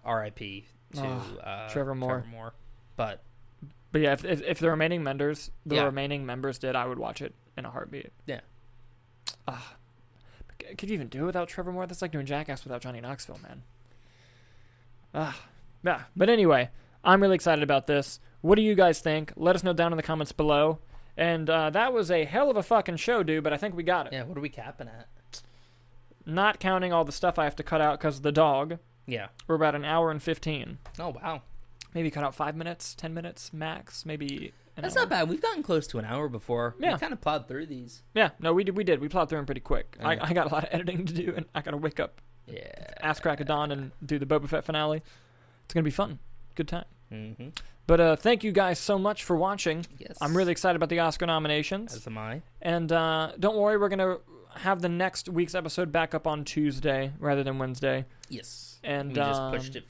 Speaker 2: R.I.P. to
Speaker 1: Ugh,
Speaker 2: uh,
Speaker 1: Trevor Moore.
Speaker 2: Trevor Moore. But
Speaker 1: but yeah, if if, if the remaining members, the
Speaker 2: Yeah.
Speaker 1: remaining members did, I would watch it in a heartbeat.
Speaker 2: Yeah.
Speaker 1: Ah, C- could you even do it without Trevor Moore? That's like doing Jackass without Johnny Knoxville, man. Ah, yeah. But anyway, I'm really excited about this. What do you guys think? Let us know down in the comments below. And uh, that was a hell of a fucking show, dude. But I think we got it.
Speaker 2: yeah, what are we capping at?
Speaker 1: not counting all the stuff I have to cut out because of the dog,
Speaker 2: Yeah.
Speaker 1: we're about an hour and 15.
Speaker 2: Oh wow,
Speaker 1: Maybe cut out five minutes, 10 minutes max, maybe. An
Speaker 2: that's
Speaker 1: hour.
Speaker 2: not bad. We've gotten close to an hour before.
Speaker 1: Yeah.
Speaker 2: We kind of plowed through these.
Speaker 1: Yeah, no, we did. We did. We plowed through them pretty quick.
Speaker 2: Yeah.
Speaker 1: I, I got a lot of <laughs> editing to do, and I got to wake up
Speaker 2: Yeah.
Speaker 1: ass crack of dawn and do the Boba Fett finale. It's going to be fun. Good time.
Speaker 2: Mm-hmm.
Speaker 1: But uh, thank you guys so much for watching.
Speaker 2: Yes.
Speaker 1: I'm really excited about the Oscar nominations.
Speaker 2: As am I.
Speaker 1: And uh, don't worry, we're going to have the next week's episode back up on Tuesday rather than Wednesday.
Speaker 2: Yes.
Speaker 1: And
Speaker 2: we just
Speaker 1: um,
Speaker 2: pushed it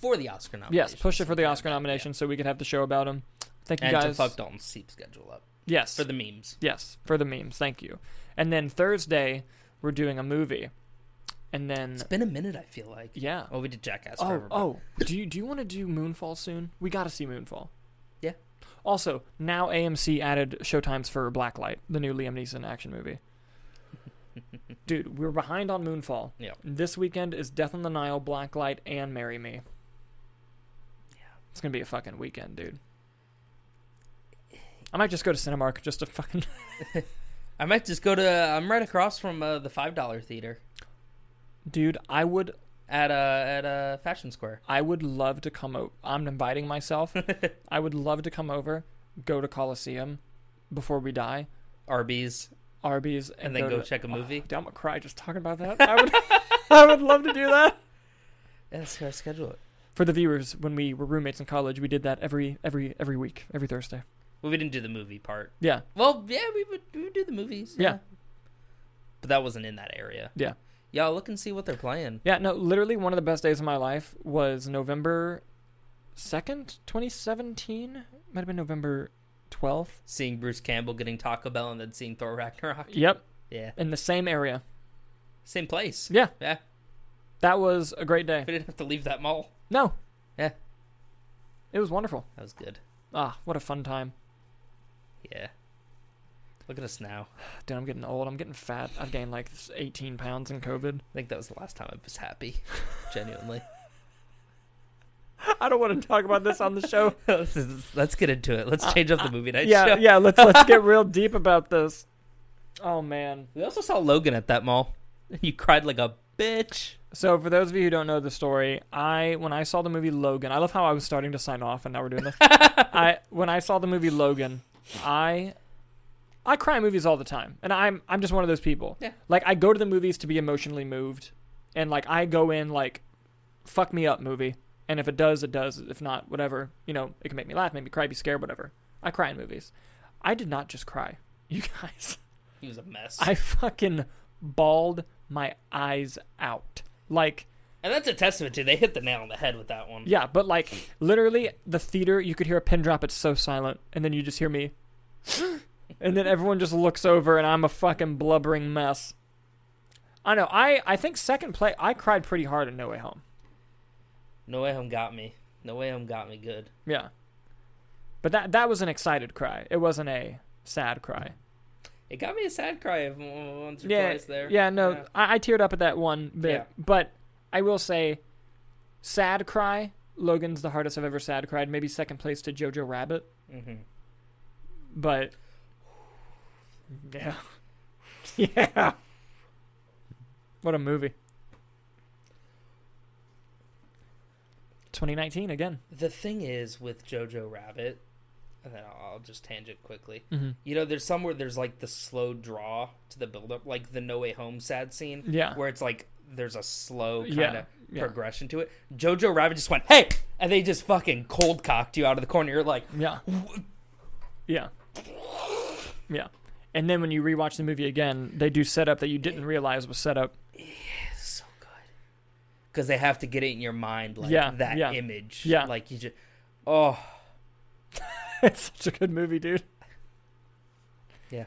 Speaker 2: for the Oscar nomination.
Speaker 1: Yes, push it for the Oscar nomination so we could have the show about him. Thank you
Speaker 2: And
Speaker 1: guys.
Speaker 2: to fuck Dalton's sleep schedule up
Speaker 1: Yes,
Speaker 2: for the memes.
Speaker 1: yes for the memes. Thank you. And then Thursday we're doing a movie, and then
Speaker 2: It's been a minute. I feel like.
Speaker 1: yeah.
Speaker 2: Well, we did Jackass
Speaker 1: Oh,
Speaker 2: forever. but-
Speaker 1: oh, do you do you want to do Moonfall soon? We got to see Moonfall.
Speaker 2: Yeah.
Speaker 1: Also, now AMC added showtimes for Blacklight, the new Liam Neeson action
Speaker 2: <laughs>
Speaker 1: movie. Dude, we were behind on Moonfall.
Speaker 2: Yeah.
Speaker 1: This weekend is Death on the Nile, Blacklight, and Marry Me.
Speaker 2: Yeah.
Speaker 1: It's gonna be a fucking weekend, dude. I might just go to Cinemark just to fucking. <laughs>
Speaker 2: I might just go to. I'm right across from uh, the five dollar theater
Speaker 1: Dude, I would,
Speaker 2: at uh at uh Fashion Square.
Speaker 1: I would love to come over. I'm inviting
Speaker 2: <laughs>
Speaker 1: myself. I would love to come over, go to Coliseum, before we die.
Speaker 2: Arby's
Speaker 1: Arby's, and,
Speaker 2: and, then go,
Speaker 1: to-
Speaker 2: check a movie.
Speaker 1: Oh, dude, I'm gonna cry just talking about that. I would, <laughs> I would love to do that.
Speaker 2: Yeah, that's gotta schedule it.
Speaker 1: For the viewers, when we were roommates in college, we did that every every every week, every Thursday.
Speaker 2: Well, we didn't do the movie part.
Speaker 1: Yeah.
Speaker 2: Well, yeah, we would, we would do the movies.
Speaker 1: Yeah.
Speaker 2: But that wasn't in that area.
Speaker 1: Yeah.
Speaker 2: Y'all look and see what they're playing.
Speaker 1: Yeah, no, literally one of the best days of my life was November 2nd, 2017. Might have been November 12th.
Speaker 2: Seeing Bruce Campbell getting Taco Bell and then seeing Thor Ragnarok.
Speaker 1: Yep,
Speaker 2: Yeah.
Speaker 1: in the same area. <laughs>
Speaker 2: Same place.
Speaker 1: Yeah,
Speaker 2: Yeah.
Speaker 1: that was a great day.
Speaker 2: We didn't have to leave that mall.
Speaker 1: No.
Speaker 2: Yeah.
Speaker 1: It was wonderful.
Speaker 2: That was good.
Speaker 1: Ah, what a fun time.
Speaker 2: Yeah. Look at us now.
Speaker 1: Dude, I'm getting old. I'm getting fat. I've gained like 18 pounds in COVID. <laughs>
Speaker 2: I think that was the last time I was happy. Genuinely. <laughs>
Speaker 1: I don't want to talk about this on the
Speaker 2: <laughs>
Speaker 1: show.
Speaker 2: This is- Let's get into it. Let's change up the movie night
Speaker 1: yeah,
Speaker 2: show.
Speaker 1: yeah, let's let's get real deep about this. Oh man.
Speaker 2: We also saw Logan at that mall. <laughs> You cried like a bitch.
Speaker 1: So for those of you who don't know the story, I when I saw the movie Logan, I love how I was starting to sign off and now we're doing this. I when I saw the movie Logan, I I cry in movies all the time. And I'm I'm just one of those people.
Speaker 2: Yeah.
Speaker 1: Like I go to the movies to be emotionally moved and like I go in like fuck me up movie. And if it does, it does. If not, whatever. You know, it can make me laugh, make me cry, be scared, whatever. I cry in movies. I did not just cry, <laughs> you guys. <laughs>
Speaker 2: He was a mess.
Speaker 1: I fucking bawled my eyes out. Like,
Speaker 2: and that's a testament to they hit the nail on the head with that one.
Speaker 1: yeah, but like, literally, the theater, you could hear a pin drop. It's so silent. And then you just hear me. <gasps> and then everyone just looks over, and I'm a fucking blubbering mess. I know. I, I think second play, I cried pretty hard in No Way Home.
Speaker 2: No Way Home got me. No Way Home got me good.
Speaker 1: Yeah. But that, that was an excited cry. It wasn't a sad cry.
Speaker 2: It got me a sad cry of once or
Speaker 1: yeah,
Speaker 2: twice there.
Speaker 1: Yeah, no,
Speaker 2: Yeah.
Speaker 1: I, I teared up at that one bit,
Speaker 2: Yeah.
Speaker 1: but I will say, sad cry. Logan's the hardest I've ever sad cried. Maybe second place to Jojo Rabbit,
Speaker 2: Mm-hmm.
Speaker 1: but yeah, <laughs> yeah. What a movie. 2019 again.
Speaker 2: The thing is with Jojo Rabbit, and then I'll I'll just tangent quickly.
Speaker 1: Mm-hmm.
Speaker 2: You know, there's somewhere there's like the slow draw to the build up, like the No Way Home sad scene,
Speaker 1: Yeah,
Speaker 2: where it's like there's a slow kind
Speaker 1: yeah,
Speaker 2: of
Speaker 1: yeah.
Speaker 2: progression to it. Jojo Rabbit just went, hey! And they just fucking cold cocked you out of the corner. You're like,
Speaker 1: Yeah. Yeah. Yeah. And then when you rewatch the movie again, they do setup that you didn't realize was set up. <laughs>
Speaker 2: It's so good because they have to get it in your mind like
Speaker 1: Yeah,
Speaker 2: that
Speaker 1: yeah,
Speaker 2: image
Speaker 1: yeah.
Speaker 2: like you just oh
Speaker 1: it's such a good movie, dude.
Speaker 2: Yeah.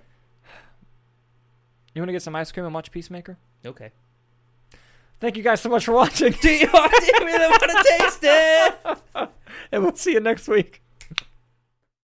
Speaker 1: You want to get some ice cream and watch Peacemaker?
Speaker 2: okay
Speaker 1: <laughs> Thank you guys so much for watching, <laughs>
Speaker 2: do you want to, do you really want to taste it
Speaker 1: and we'll see you next week.